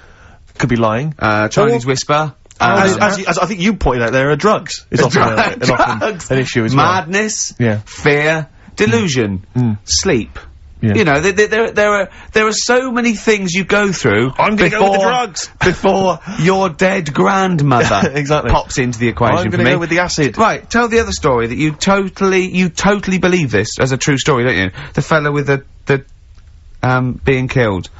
Speaker 2: Could be lying.
Speaker 1: uh, Chinese whisper.
Speaker 2: Oh. as,
Speaker 1: um,
Speaker 2: as, as I think you pointed out, there are drugs.
Speaker 1: (laughs)
Speaker 2: Is often, a-
Speaker 1: drugs,
Speaker 2: an, often an issue as well.
Speaker 1: Madness.
Speaker 2: Yeah. Mm.
Speaker 1: Fear. Delusion. Sleep.
Speaker 2: Yeah.
Speaker 1: You know, th- th- there, there are there are so many things you go through
Speaker 2: I'm gonna go
Speaker 1: before
Speaker 2: with the drugs.
Speaker 1: (laughs) before your dead grandmother
Speaker 2: (laughs) Exactly.
Speaker 1: pops into the equation.
Speaker 2: I'm
Speaker 1: for
Speaker 2: gonna
Speaker 1: me.
Speaker 2: go with the acid.
Speaker 1: Right, tell the other story that you totally, you totally believe this as a true story, don't you? The fella with the, the, um, being killed.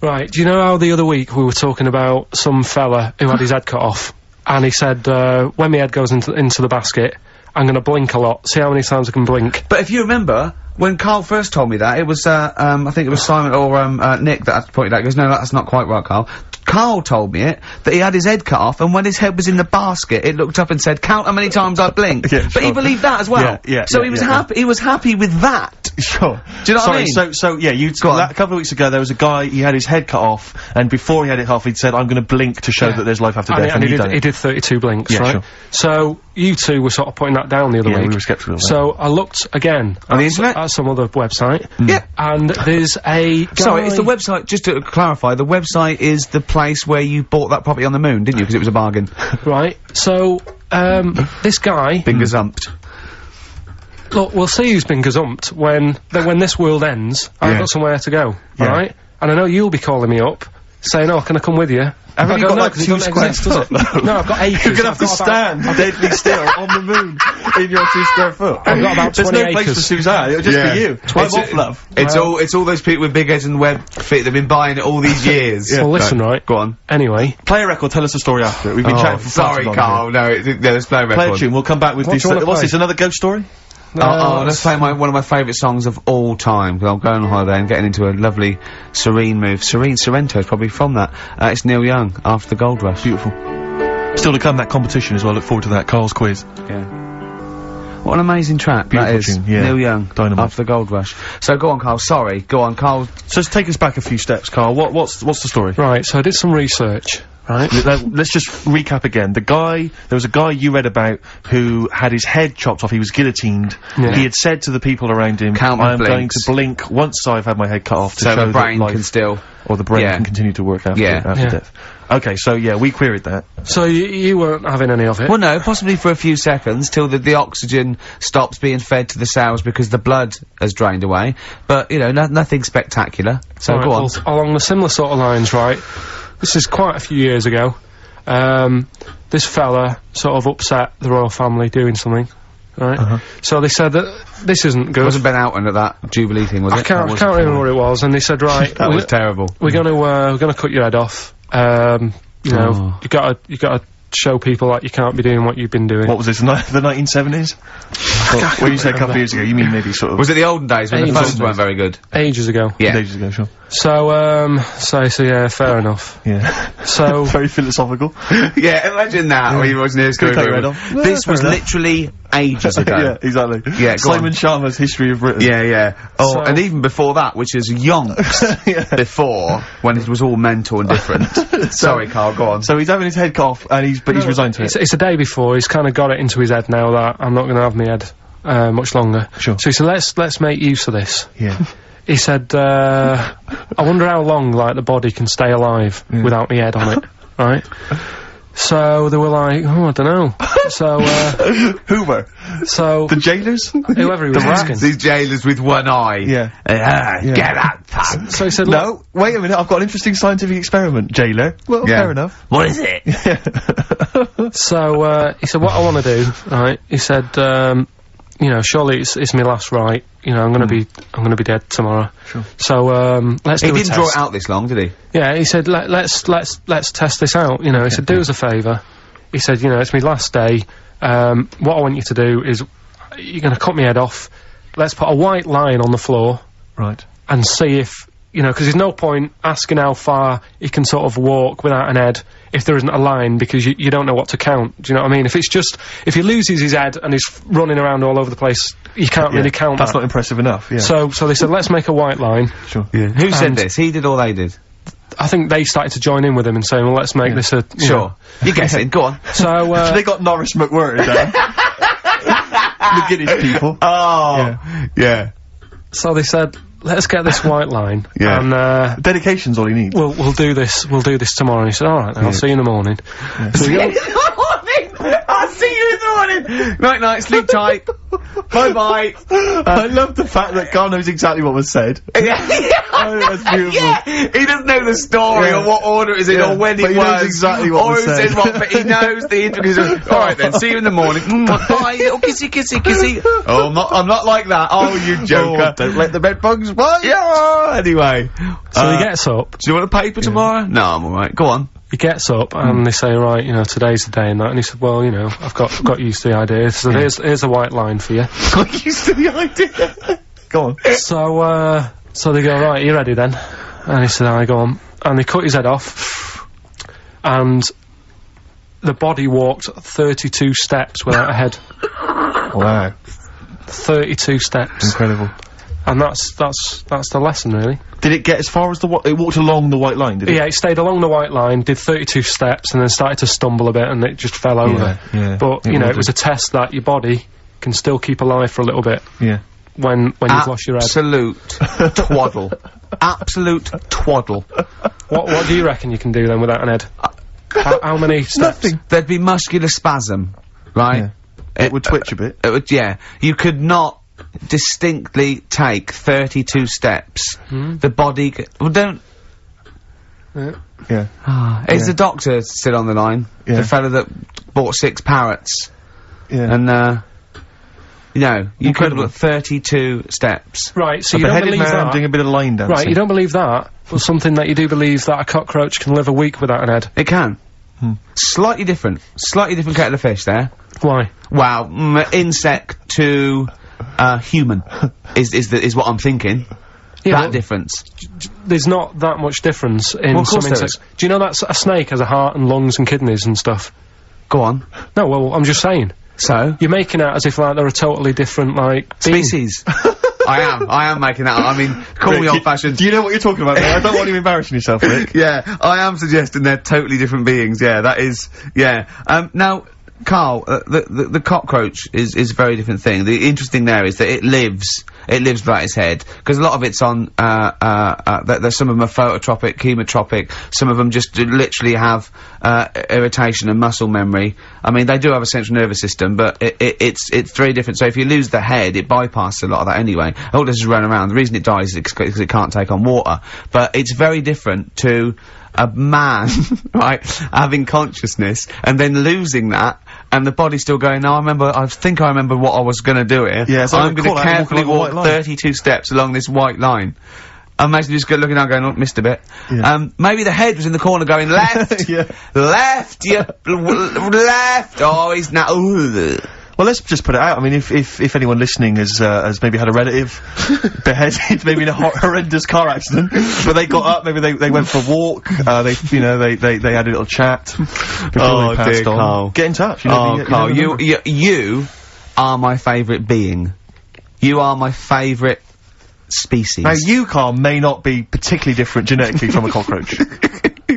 Speaker 3: Right, do you know how the other week we were talking about some fella who had his head cut off? And he said, uh, when my head goes into, into the basket, I'm going to blink a lot, see how many times I can blink.
Speaker 1: But if you remember, when Carl first told me that, it was, uh, um, I think it was Simon or, um, uh, Nick that had pointed out, he goes, no, that's not quite right, Carl. Carl told me it, that he had his head cut off, and when his head was in the basket, it looked up and said, count how many times I (laughs) blinked.
Speaker 2: Yeah,
Speaker 1: But he
Speaker 2: sure.
Speaker 1: believed that as well.
Speaker 2: Yeah, yeah,
Speaker 1: So
Speaker 2: yeah,
Speaker 1: he was
Speaker 2: yeah, yeah.
Speaker 1: happy, he was happy with that.
Speaker 2: (laughs) Sure.
Speaker 1: Do you know what I
Speaker 2: Sorry,
Speaker 1: mean?
Speaker 2: So, so yeah, you
Speaker 1: Go on.
Speaker 2: that, a couple of weeks ago there was a guy. He had his head cut off, and before he had it off, he'd said, "I'm going to blink to show
Speaker 3: Yeah.
Speaker 2: that there's life after
Speaker 3: And,
Speaker 2: death."
Speaker 3: he-
Speaker 2: And,
Speaker 3: and he,
Speaker 2: you
Speaker 3: did,
Speaker 2: done
Speaker 3: he
Speaker 2: it.
Speaker 3: did 32 blinks,
Speaker 2: Yeah,
Speaker 3: right?
Speaker 2: sure.
Speaker 3: So you two were sort of putting that down the other
Speaker 2: Yeah, we
Speaker 3: week.
Speaker 2: were sceptical of that.
Speaker 3: So I looked again
Speaker 1: On the
Speaker 3: at,
Speaker 1: internet?
Speaker 3: at some other website,
Speaker 2: Mm.
Speaker 1: Yeah.
Speaker 3: and there's a guy-
Speaker 1: Sorry, it's the website, just to clarify, the website is the place where you bought that property on the moon, didn't you? Because it was a bargain.
Speaker 3: right. So um, this guy,
Speaker 2: Hmm.
Speaker 1: Fingers umped.
Speaker 3: look, we'll see who's been gazumped when th- when this world ends. I've
Speaker 2: Yeah.
Speaker 3: got somewhere to go,
Speaker 2: Yeah.
Speaker 3: right? And I know you'll be calling me up. Saying, "Oh, can I come with you?"
Speaker 1: I've
Speaker 3: I
Speaker 1: only
Speaker 3: go,
Speaker 1: got,
Speaker 3: "No,
Speaker 1: like,
Speaker 3: 'cause it
Speaker 1: two
Speaker 3: doesn't
Speaker 1: square
Speaker 3: exist, does it?"
Speaker 1: foot.
Speaker 3: No, I've got
Speaker 2: (laughs)
Speaker 3: acres.
Speaker 2: You're going to have
Speaker 3: I've
Speaker 2: to
Speaker 3: got about-
Speaker 2: stand deadly still on the moon in your two square foot.
Speaker 3: I've got about
Speaker 2: There's
Speaker 3: 20
Speaker 2: no place for
Speaker 3: acres.
Speaker 2: Suzanne. It'll just be you. I'm
Speaker 1: It's-
Speaker 2: off, love.
Speaker 1: It's
Speaker 3: Well-
Speaker 1: all it's all those people with big heads and web feet that've been buying it all (laughs) these years.
Speaker 3: Well, listen, right.
Speaker 1: Go on.
Speaker 3: Anyway,
Speaker 2: Play a record. Tell us a story after it. We've been
Speaker 1: Oh,
Speaker 2: chatting for far
Speaker 1: sorry,
Speaker 2: too long
Speaker 1: Carl. No, it, it- there's no
Speaker 2: here. Play a
Speaker 1: record.
Speaker 2: tune. We'll come back with
Speaker 3: What
Speaker 2: this. uh,
Speaker 3: do you wanna
Speaker 2: What's
Speaker 3: play?
Speaker 2: this? Another ghost story?
Speaker 1: Oh, oh,
Speaker 3: uh,
Speaker 1: let's play my, one of my favourite songs of all time. 'cause I'm going on holiday and getting into a lovely, serene move. Serene Sorrento is probably from that. Uh, it's Neil Young after the Gold Rush.
Speaker 2: Beautiful. Still to come that competition as well. Look forward to that. Carl's quiz.
Speaker 1: Yeah. What an amazing track that
Speaker 2: Beautiful
Speaker 1: is.
Speaker 2: tune, yeah.
Speaker 1: Neil Young
Speaker 2: Dynamite.
Speaker 1: after the Gold Rush. So go on, Carl. Sorry, go on, Carl.
Speaker 2: So let's take us back a few steps, Carl. What, what's what's the story?
Speaker 3: Right, so I did some research.
Speaker 2: Right. Let's just recap again. The guy, there was a guy you read about who had his head chopped off. He was guillotined.
Speaker 3: Yeah.
Speaker 2: He had said to the people around him,
Speaker 1: Count my
Speaker 2: "I'm going
Speaker 1: blinks."
Speaker 2: to blink once I've had my head cut off to
Speaker 1: So
Speaker 2: show
Speaker 1: the brain
Speaker 2: that life
Speaker 1: can still.
Speaker 2: or the brain
Speaker 1: Yeah.
Speaker 2: can continue to work after
Speaker 1: Yeah.
Speaker 2: after
Speaker 3: Yeah.
Speaker 2: death." Okay, so yeah, we queried that.
Speaker 3: So you, you weren't having any of it.
Speaker 1: Well, no, possibly for a few seconds till the, the oxygen stops being fed to the cells because the blood has drained away. But you know, no, nothing spectacular. So
Speaker 3: Right,
Speaker 1: go on.
Speaker 3: al- along the similar sort of lines, right? This is quite a few years ago. Um, this fella sort of upset the royal family doing something, right? So they said that this isn't
Speaker 1: It
Speaker 3: good.
Speaker 1: Uh-huh. wasn't Ben Alton at that Jubilee thing, was
Speaker 3: I
Speaker 1: it?
Speaker 3: can't, I can't remember what it was, and
Speaker 1: (laughs)
Speaker 3: they said, right,
Speaker 1: That
Speaker 3: we're,
Speaker 1: was terrible.
Speaker 3: we're gonna, uh, we're gonna cut your head off. Um, you know,
Speaker 1: Oh.
Speaker 3: you gotta, you gotta show people that you can't be doing what you've been doing.
Speaker 2: What was this? (laughs) ni- The 1970s? Well, when you say a couple of years ago, you mean maybe sort of
Speaker 1: Was it the olden days when the
Speaker 3: Ames,
Speaker 1: phones
Speaker 3: wasn't
Speaker 1: weren't very good?
Speaker 3: Ages ago.
Speaker 1: Yeah.
Speaker 2: ages ago? Sure.
Speaker 3: So, um, so, so yeah, fair enough.
Speaker 2: Yeah.
Speaker 1: Oh. (laughs)
Speaker 2: (laughs)
Speaker 3: So,
Speaker 2: Very philosophical.
Speaker 1: (laughs) yeah, imagine that. when you was near
Speaker 2: Could cut your head off. Yeah,
Speaker 1: This
Speaker 2: fair
Speaker 1: was
Speaker 2: enough.
Speaker 1: literally
Speaker 3: (laughs)
Speaker 1: ages ago.
Speaker 2: (laughs) yeah, exactly.
Speaker 1: Yeah, go on.
Speaker 2: Simon Sharma's History of Britain.
Speaker 1: Yeah, yeah. Oh,
Speaker 3: So-
Speaker 1: and even before that, which is
Speaker 3: (laughs)
Speaker 1: yonks
Speaker 2: Yeah.
Speaker 1: before, when it was all mental and different. Sorry, Carl, go on.
Speaker 2: So he's having his head cut off, and he's but he's resigned to it.
Speaker 3: It's, it's a day before. He's kind of got it into his head now that I'm not going to have my head uh, much longer.
Speaker 2: Sure.
Speaker 3: So he said, let's let's make use of this.
Speaker 2: Yeah.
Speaker 1: (laughs)
Speaker 3: He said, uh, I wonder how long like the body can stay alive without my
Speaker 2: (laughs)
Speaker 3: head on it, right? So they were like, oh, I don't know. so
Speaker 2: (laughs)
Speaker 3: uh,
Speaker 2: Hoover.
Speaker 3: so
Speaker 2: The jailers?
Speaker 3: whoever he was asking.
Speaker 1: These jailers with one eye.
Speaker 2: Yeah.
Speaker 1: Ah, Get up, punk.
Speaker 3: So he said, look,
Speaker 2: no, wait a minute, I've got an interesting scientific experiment, jailer. Well,
Speaker 1: Yeah.
Speaker 2: fair enough.
Speaker 1: What is it?
Speaker 3: So uh, he said, "What I want to do, right?" He said, um, "You know, surely it's it's my last right. You know, I'm
Speaker 2: Hmm.
Speaker 3: going to be I'm going to be dead tomorrow. Sure. So um, let's
Speaker 1: He
Speaker 3: do a
Speaker 1: didn't draw it
Speaker 3: test."
Speaker 1: out this long, did he?
Speaker 3: Yeah, he said, Let, "Let's let's let's test this out." You know, he said, "Do us a favour." He said, "You know, it's my last day. Um, what I want you to do is, you're going to cut my head off. Let's put a white line on the floor
Speaker 2: Right.
Speaker 3: and see if." You know, because there's no point asking how far he can sort of walk without an head if there isn't a line because you, you don't know what to count. Do you know what I mean? If it's just if he loses his head and he's f- running around all over the place, you can't really
Speaker 2: Yeah,
Speaker 3: count
Speaker 2: That's
Speaker 3: that.
Speaker 2: not impressive enough, yeah.
Speaker 3: so, so they said let's make a white line.
Speaker 2: sure.
Speaker 1: Who said
Speaker 3: And-
Speaker 1: this? He did or they did?
Speaker 3: I think they started to join in with him and saying, well, let's make this a you know.
Speaker 1: Sure. You guess it. (laughs) Go on.
Speaker 3: So uh,
Speaker 2: they got Norris McWhirter there. (laughs) the Guinness people.
Speaker 1: Oh. Yeah.
Speaker 3: So they said, let's get this white line,
Speaker 1: Yeah.
Speaker 3: and uh,
Speaker 2: Dedication's all he needs.
Speaker 3: we'll we'll do this. We'll do this tomorrow. And he said, all right, then, I'll see you in the morning. So we go-
Speaker 1: I'll see you in the morning. Night, night. Sleep
Speaker 2: (laughs)
Speaker 1: tight. bye, bye.
Speaker 2: (laughs) I love the fact that Carl knows exactly what was (laughs) said.
Speaker 1: oh,
Speaker 2: that's beautiful.
Speaker 1: He doesn't know the story
Speaker 2: Yeah.
Speaker 1: or what order it's in
Speaker 2: Yeah,
Speaker 1: or when it
Speaker 2: but he
Speaker 1: was.
Speaker 2: knows exactly what
Speaker 1: or
Speaker 2: was
Speaker 1: who
Speaker 2: said.
Speaker 1: said what, but he knows the intricacies. All right then, see you in the morning.
Speaker 2: (laughs)
Speaker 1: Mm, bye, little kissy, kissy, kissy. oh, I'm not, I'm not like that. Oh,
Speaker 2: (laughs)
Speaker 1: you joker.
Speaker 2: Oh, don't let the bed bugs bite.
Speaker 1: Yeah, anyway.
Speaker 3: so
Speaker 1: Uh,
Speaker 3: he gets up.
Speaker 1: Do you want a paper tomorrow? No, I'm alright. Go on.
Speaker 3: he gets up and they say, right, you know, today's the day and that. And he said, well, you know, I've got got used to the idea. So here's here's the white line for you.
Speaker 1: Got used to the idea.
Speaker 2: Go on.
Speaker 3: So, uh, so they go, right, you ready then? And he said, I go on. And they cut his head off. And the body walked 32 steps without a head.
Speaker 2: Wow.
Speaker 3: 32 steps.
Speaker 2: Incredible.
Speaker 3: And that's, that's, that's the lesson really.
Speaker 2: Did it get as far as the wa- it walked along the white line, did it?
Speaker 3: Yeah, it stayed along the white line, did 32 steps and then started to stumble a bit and it just fell over.
Speaker 2: yeah.
Speaker 3: But, you know,
Speaker 2: will
Speaker 3: it was
Speaker 2: do.
Speaker 3: a test that your body can still keep alive for a little bit
Speaker 2: Yeah.
Speaker 3: when, when
Speaker 1: Ah,
Speaker 3: you've lost your head.
Speaker 1: Absolute
Speaker 2: (laughs)
Speaker 1: twaddle. Absolute twaddle.
Speaker 3: What, what do you reckon you can do then without an head?
Speaker 1: Ah.
Speaker 3: how,
Speaker 1: (laughs)
Speaker 3: how many steps?
Speaker 1: There'd be muscular spasm, right? Uh,
Speaker 2: It would twitch a bit.
Speaker 1: It would, yeah. You could not distinctly take 32 steps.
Speaker 2: Hmm?
Speaker 1: The body. c- Well, don't.
Speaker 2: Ah, Yeah.
Speaker 1: Is the doctor still on the line?
Speaker 2: Yeah.
Speaker 1: The fella that bought six parrots.
Speaker 2: Yeah.
Speaker 1: And, uh. You know, you could have
Speaker 2: Incredible.
Speaker 1: got 32 steps.
Speaker 3: Right, so
Speaker 2: a
Speaker 3: you don't
Speaker 2: beheaded man
Speaker 3: believe that.
Speaker 2: doing a bit of line dancing.
Speaker 3: Right, you don't believe that, but something that you do believe that a cockroach can live a week without an head.
Speaker 1: It can.
Speaker 2: Hmm.
Speaker 1: Slightly different. Slightly different kettle of fish there.
Speaker 3: Why?
Speaker 1: Wow, mm, insect to uh, human is is the, is what I'm thinking.
Speaker 3: Yeah,
Speaker 1: that
Speaker 3: well-
Speaker 1: difference.
Speaker 3: There's not that much difference in
Speaker 1: Well, of course
Speaker 3: some
Speaker 1: there
Speaker 3: insects. Do you know that s- a snake has a heart and lungs and kidneys and stuff?
Speaker 1: Go on.
Speaker 3: No, well, I'm just saying.
Speaker 1: So
Speaker 3: You're making out as if like they're a totally different like
Speaker 2: (laughs)
Speaker 3: being.
Speaker 1: species. I am. I am making that. up. I mean, call me
Speaker 2: Rick, you-
Speaker 1: old-fashioned.
Speaker 2: Do you know what you're talking about? there? I don't want you embarrassing
Speaker 1: (laughs)
Speaker 2: yourself, Rick.
Speaker 1: yeah, I am suggesting they're totally different beings. Yeah, that is. Yeah. Um, now, Carl, uh, the, the the cockroach is is a very different thing. The interesting there is that it lives. It lives without its head because a lot of it's on. Uh, uh, uh, th- there's some of them are phototropic, chemotropic. Some of them just do literally have uh, i- irritation and muscle memory. I mean, they do have a central nervous system, but it, it, it's it's very different. So if you lose the head, it bypasses a lot of that anyway. All this is running around. The reason it dies is because it can't take on water. But it's very different to a man, (laughs) right, having consciousness and then losing that and the body still going, no, I remember, I think I remember what I was gonna do here.
Speaker 2: Yeah, so
Speaker 1: I'm
Speaker 2: I
Speaker 1: gonna
Speaker 2: call that and walk
Speaker 1: carefully
Speaker 2: along the
Speaker 1: walk
Speaker 2: white line."
Speaker 1: 32 steps along this white line. I imagine just go- looking down going, oh, missed a bit.
Speaker 2: Yeah.
Speaker 1: Um, maybe the head was in the corner
Speaker 2: (laughs)
Speaker 1: going, left,
Speaker 2: Yeah.
Speaker 1: left, yeah, left, oh, he's now, ooh.
Speaker 2: Well, let's just put it out. I mean, if if, if anyone listening has uh, has maybe had a relative beheaded, maybe in a hor- horrendous car accident, but they got up, maybe they, they went for a walk, uh, they you know they, they, they had a little chat before
Speaker 1: Oh,
Speaker 2: they passed
Speaker 1: dear
Speaker 2: on.
Speaker 1: Carl.
Speaker 2: Get in touch. You know,
Speaker 1: Oh,
Speaker 2: you- you
Speaker 1: Carl,
Speaker 2: know the
Speaker 1: you,
Speaker 2: number.
Speaker 1: you, you are my favourite being. You are my favourite species.
Speaker 2: now you, Carl, may not be particularly different genetically from a cockroach.
Speaker 1: (gasps)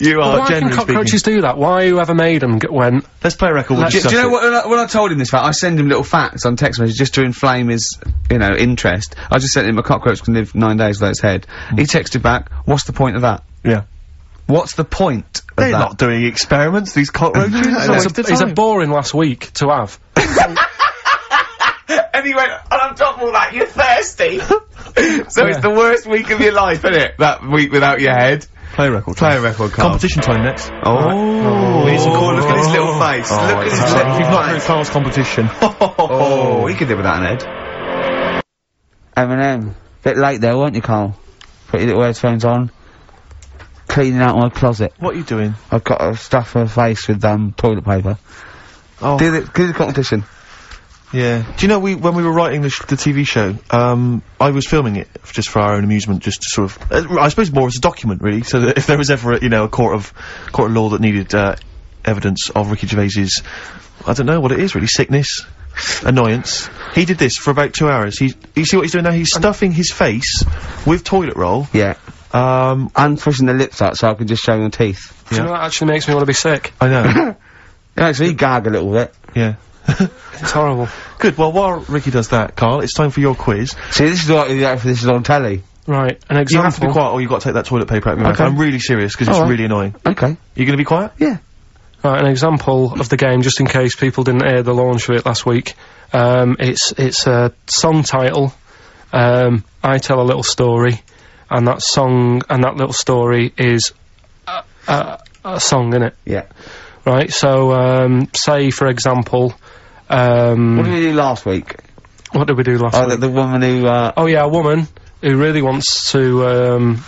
Speaker 1: you
Speaker 2: are-
Speaker 1: are.
Speaker 2: But
Speaker 3: Why can
Speaker 2: generally
Speaker 3: cockroaches do that? Why whoever made them g- went?
Speaker 2: Let's play a record. We'll
Speaker 3: Like-
Speaker 1: Do,
Speaker 2: discuss
Speaker 1: do you know
Speaker 2: it.
Speaker 1: what? When I, when I told him this fact, I send him little facts on text message just to inflame his, you know, interest. I just sent him a cockroach can live nine days without its head.
Speaker 2: Mm.
Speaker 1: He texted back, "What's the point of that?
Speaker 2: Yeah.
Speaker 1: What's the point of
Speaker 2: They're
Speaker 1: that?"
Speaker 2: not doing experiments, these cockroaches. (laughs) It's a
Speaker 3: It's
Speaker 2: waste
Speaker 3: a,
Speaker 2: of
Speaker 3: it's a
Speaker 2: time.
Speaker 3: boring last week to have.
Speaker 1: anyway, and on top of all that, you're thirsty. (laughs) so
Speaker 3: Yeah.
Speaker 1: it's the worst week of your life, isn't it? That week without your head.
Speaker 2: Play a record.
Speaker 1: Play
Speaker 2: time.
Speaker 1: a record, Carl.
Speaker 2: Competition time next.
Speaker 1: Oh, we need some corn. Look at his little face.
Speaker 2: Oh,
Speaker 1: Look at his
Speaker 2: it's-
Speaker 1: little
Speaker 2: If you've not heard
Speaker 1: face.
Speaker 2: Carl's competition.
Speaker 1: Oh, he could live without an head.
Speaker 4: Eminem, bit late there, weren't you, Carl? Pretty little headphones on. Cleaning out my closet.
Speaker 2: (laughs) What are you doing?
Speaker 4: I've got to stuff her face with um toilet paper.
Speaker 2: Oh.
Speaker 1: Do the, do the competition.
Speaker 2: Yeah. Do you know we when we were writing the, sh- the TV show, um, I was filming it f- just for our own amusement, just to sort of, uh, I suppose more as a document really, so that if there was ever a, you know a court of court of law that needed uh, evidence of Ricky Gervais's, I don't know what it is really, sickness, annoyance. He did this for about two hours. He, you see what he's doing now? He's stuffing his face with toilet roll.
Speaker 4: Yeah.
Speaker 2: Um,
Speaker 4: And pushing the lips out so I can just show your teeth.
Speaker 3: Do you know that actually makes me want to be sick?
Speaker 4: (laughs)
Speaker 2: I know.
Speaker 4: It makes me gag a little bit.
Speaker 2: yeah.
Speaker 3: It's horrible.
Speaker 2: Good. Well, while Ricky does that, Carl, it's time for your quiz.
Speaker 4: See, this is what you get if this is on telly.
Speaker 3: Right,
Speaker 2: You
Speaker 3: an
Speaker 2: have to be
Speaker 3: example.
Speaker 2: quiet, or you've got to take that toilet paper out of your
Speaker 4: Okay.
Speaker 2: mouth. I'm really serious because it's
Speaker 4: Alright.
Speaker 2: really annoying.
Speaker 4: Okay.
Speaker 2: You going to be quiet?
Speaker 3: Right, an example of the game, just in case people didn't hear the launch of it last week. Um, it's it's a song title. Um, I tell a little story, and that song and that little story is a, a, a song in it,
Speaker 4: Yeah.
Speaker 3: right? So, um, say for example, um,
Speaker 4: What did we do last week?
Speaker 3: what did we do last
Speaker 4: Oh,
Speaker 3: week?
Speaker 4: the, the woman who, uh,
Speaker 3: oh yeah, a woman who really wants to um,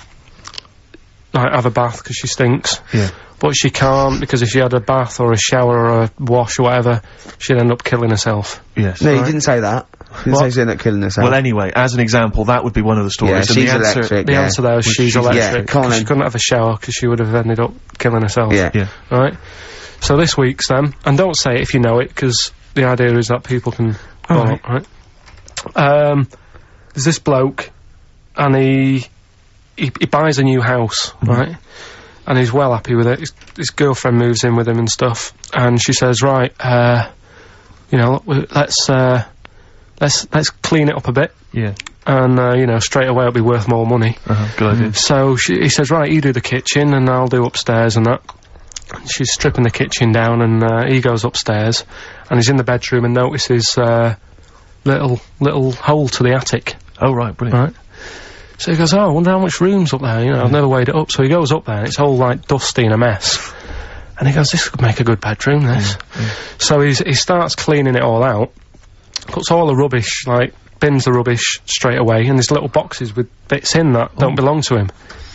Speaker 3: like have a bath because she stinks.
Speaker 2: Yeah.
Speaker 3: But she can't because if she had a bath or a shower or a wash or whatever, she'd end up killing herself.
Speaker 2: Yes.
Speaker 4: no, you didn't say that.
Speaker 1: Didn't
Speaker 2: What?
Speaker 1: say she ended up killing herself.
Speaker 2: Well, anyway, as an example, that would be one of the stories.
Speaker 1: yeah,
Speaker 2: and
Speaker 1: she's
Speaker 2: the answer,
Speaker 1: electric.
Speaker 3: The
Speaker 1: yeah.
Speaker 3: answer there is
Speaker 2: Which
Speaker 3: she's
Speaker 2: she's- yeah,
Speaker 3: electric.
Speaker 1: come on
Speaker 3: 'cause she
Speaker 1: then.
Speaker 3: couldn't have a shower because she would have ended up killing herself.
Speaker 1: Yeah.
Speaker 2: Yeah.
Speaker 3: Right? So this week's then, and don't say it if you know it because the idea is that people can go
Speaker 2: All
Speaker 3: up, right? Um, there's this bloke and he, he, he buys a new house, right? And he's well happy with it. His, his girlfriend moves in with him and stuff. And she says, right, uh, you know, look, we- let's, uh, let's, let's clean it up a bit.
Speaker 2: Yeah.
Speaker 3: And, uh, you know, straight away it'll be worth more money.
Speaker 2: Uh-huh. Good idea.
Speaker 3: So she, he says, right, you do the kitchen and I'll do upstairs and that. She's stripping the kitchen down and uh, he goes upstairs and he's in the bedroom and notices uh, little little hole to the attic.
Speaker 2: Oh, right. Brilliant.
Speaker 3: Right. So he goes, oh, I wonder how much room's up there. You know, I've never weighed it up. So he goes up there and it's all like dusty and a mess. And he goes, this could make a good bedroom, this. So he's, he starts cleaning it all out, puts all the rubbish, like, bins the rubbish straight away, and there's little boxes with bits in that don't belong to him.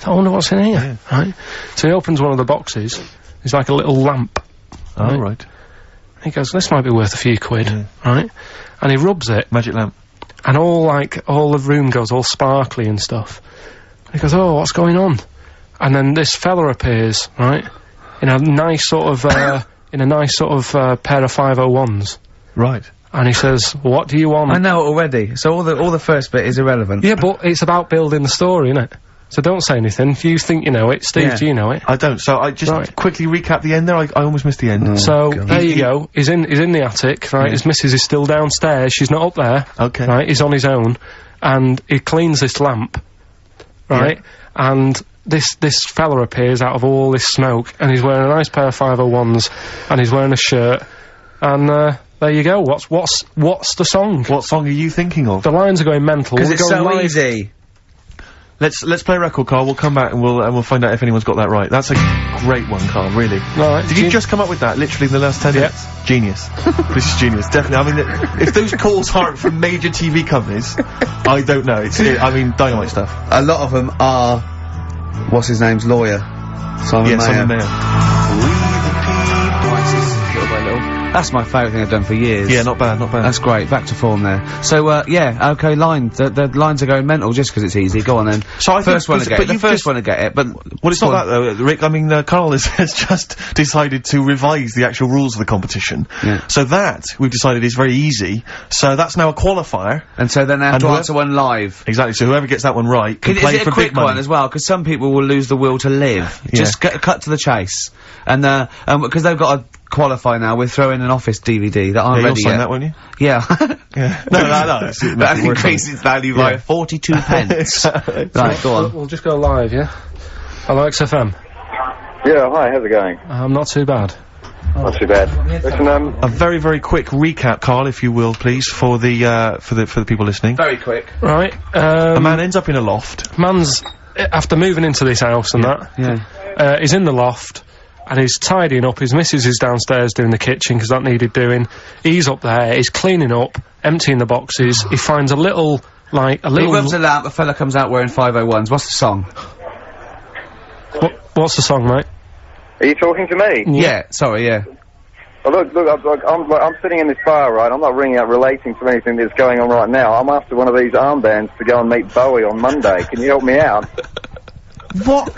Speaker 3: I wonder what's in here, right? So he opens one of the boxes, it's like a little lamp.
Speaker 2: Oh, right.
Speaker 3: He goes, this might be worth a few quid, right? And he rubs it,
Speaker 2: Magic lamp.
Speaker 3: and all like all the room goes all sparkly and stuff. And he goes, "Oh, what's going on?" And then this fella appears, right, in a nice sort of uh, (coughs) in a nice sort of uh, pair of five hundred ones,
Speaker 2: Right.
Speaker 3: and he says, "What do you want?"
Speaker 1: I know it already. So all the all the first bit is irrelevant.
Speaker 3: yeah, but it's about building the story, isn't it? So don't say anything. If you think you know it, Steve,
Speaker 1: Yeah.
Speaker 3: do you know it?
Speaker 2: I don't. So I just
Speaker 3: Right.
Speaker 2: quickly recap the end there. I, I almost missed the end.
Speaker 3: So
Speaker 1: God.
Speaker 3: there you go. He's in. He's in the attic. Right. His missus is still downstairs. She's not up there.
Speaker 2: Okay.
Speaker 3: Right. He's on his own, and he cleans this lamp. Right. And this this fella appears out of all this smoke, and he's wearing a nice pair of five hundred ones, and he's wearing a shirt, and uh, there you go. What's what's what's the song?
Speaker 2: What song are you thinking of?
Speaker 3: The lines are going mental.
Speaker 1: Because
Speaker 3: We're
Speaker 1: it's
Speaker 3: going
Speaker 1: so
Speaker 3: live.
Speaker 1: easy.
Speaker 2: Let's let's play a record, Carl. We'll come back and we'll and we'll find out if anyone's got that right. That's a great one, Carl. Really.
Speaker 3: All right,
Speaker 2: Did you
Speaker 3: gen-
Speaker 2: just come up with that literally in the last ten
Speaker 3: Yep.
Speaker 2: minutes? Genius. this is genius. Definitely. I mean, th- if those calls aren't from major TV companies, I don't know. It's it, I mean, dynamite stuff.
Speaker 1: A lot of them are. What's his name's lawyer? Simon
Speaker 2: yeah,
Speaker 1: Mayo.
Speaker 2: Simon Mayo.
Speaker 1: Little by little. That's my favourite thing I've done for years.
Speaker 2: Yeah, not bad, not bad.
Speaker 1: That's great. Back to form there. So uh, yeah, okay. Lines. The, the lines are going mental just because it's easy. Go on then.
Speaker 2: So I think-
Speaker 1: first one to
Speaker 2: but-
Speaker 1: get
Speaker 2: but
Speaker 1: it. The
Speaker 2: you've
Speaker 1: first
Speaker 2: just-
Speaker 1: one to get it. But
Speaker 2: well, it's
Speaker 1: go
Speaker 2: not
Speaker 1: on.
Speaker 2: that though, Rick. I mean, uh, Carl has, (laughs) has just decided to revise the actual rules of the competition.
Speaker 1: Yeah.
Speaker 2: So that we've decided is very easy. So that's now a qualifier.
Speaker 1: And so then they have
Speaker 2: And
Speaker 1: to
Speaker 2: whoever-
Speaker 1: answer one live.
Speaker 2: Exactly. So whoever gets that one right can
Speaker 1: Is
Speaker 2: play
Speaker 1: it
Speaker 2: for
Speaker 1: a quick
Speaker 2: big money.
Speaker 1: one as well? Because some people will lose the will to live.
Speaker 2: (laughs) Yeah.
Speaker 1: Just cut, cut to the chase. And, uh, um, because they've got to qualify now, we're throwing an office DVD that
Speaker 2: yeah,
Speaker 1: aren't
Speaker 2: you'll
Speaker 1: ready
Speaker 2: sign
Speaker 1: yet.
Speaker 2: that, won't you?
Speaker 1: Yeah. (laughs)
Speaker 2: Yeah. No, no, no. (laughs) It's- it makes
Speaker 1: that
Speaker 2: it worth
Speaker 1: increases its value by
Speaker 2: Yeah. (laughs)
Speaker 1: 42 pence.
Speaker 2: Exactly.
Speaker 1: right, go
Speaker 3: We'll,
Speaker 1: on.
Speaker 3: we'll just go live. Yeah. Alex FM.
Speaker 5: Yeah, hi, how's it going?
Speaker 3: I'm not too bad.
Speaker 5: Not too bad. Listen, um,
Speaker 2: A very, very quick recap, Carl, if you will, please, for the uh, for the for the people listening.
Speaker 1: Very quick.
Speaker 3: Right. Um,
Speaker 2: A man ends up in a loft.
Speaker 3: man's after moving into this house and that.
Speaker 1: Yeah.
Speaker 3: uh, he's in the loft and he's tidying up. His missus is downstairs doing the kitchen because that needed doing. He's up there. He's cleaning up, emptying the boxes. he finds a little like a
Speaker 1: He
Speaker 3: little.
Speaker 1: rubs a lamp, a fella comes out wearing 501s. What's the song?
Speaker 3: Wha- what's the song, mate?
Speaker 5: are you talking to me?
Speaker 1: Yeah, sorry, yeah.
Speaker 5: Oh, look, look, I'm, look, I'm, look, I'm sitting in this bar, right? I'm not ringing up relating to anything that's going on right now. I'm after one of these armbands to go and meet Bowie on Monday. Can you help me out?
Speaker 2: What?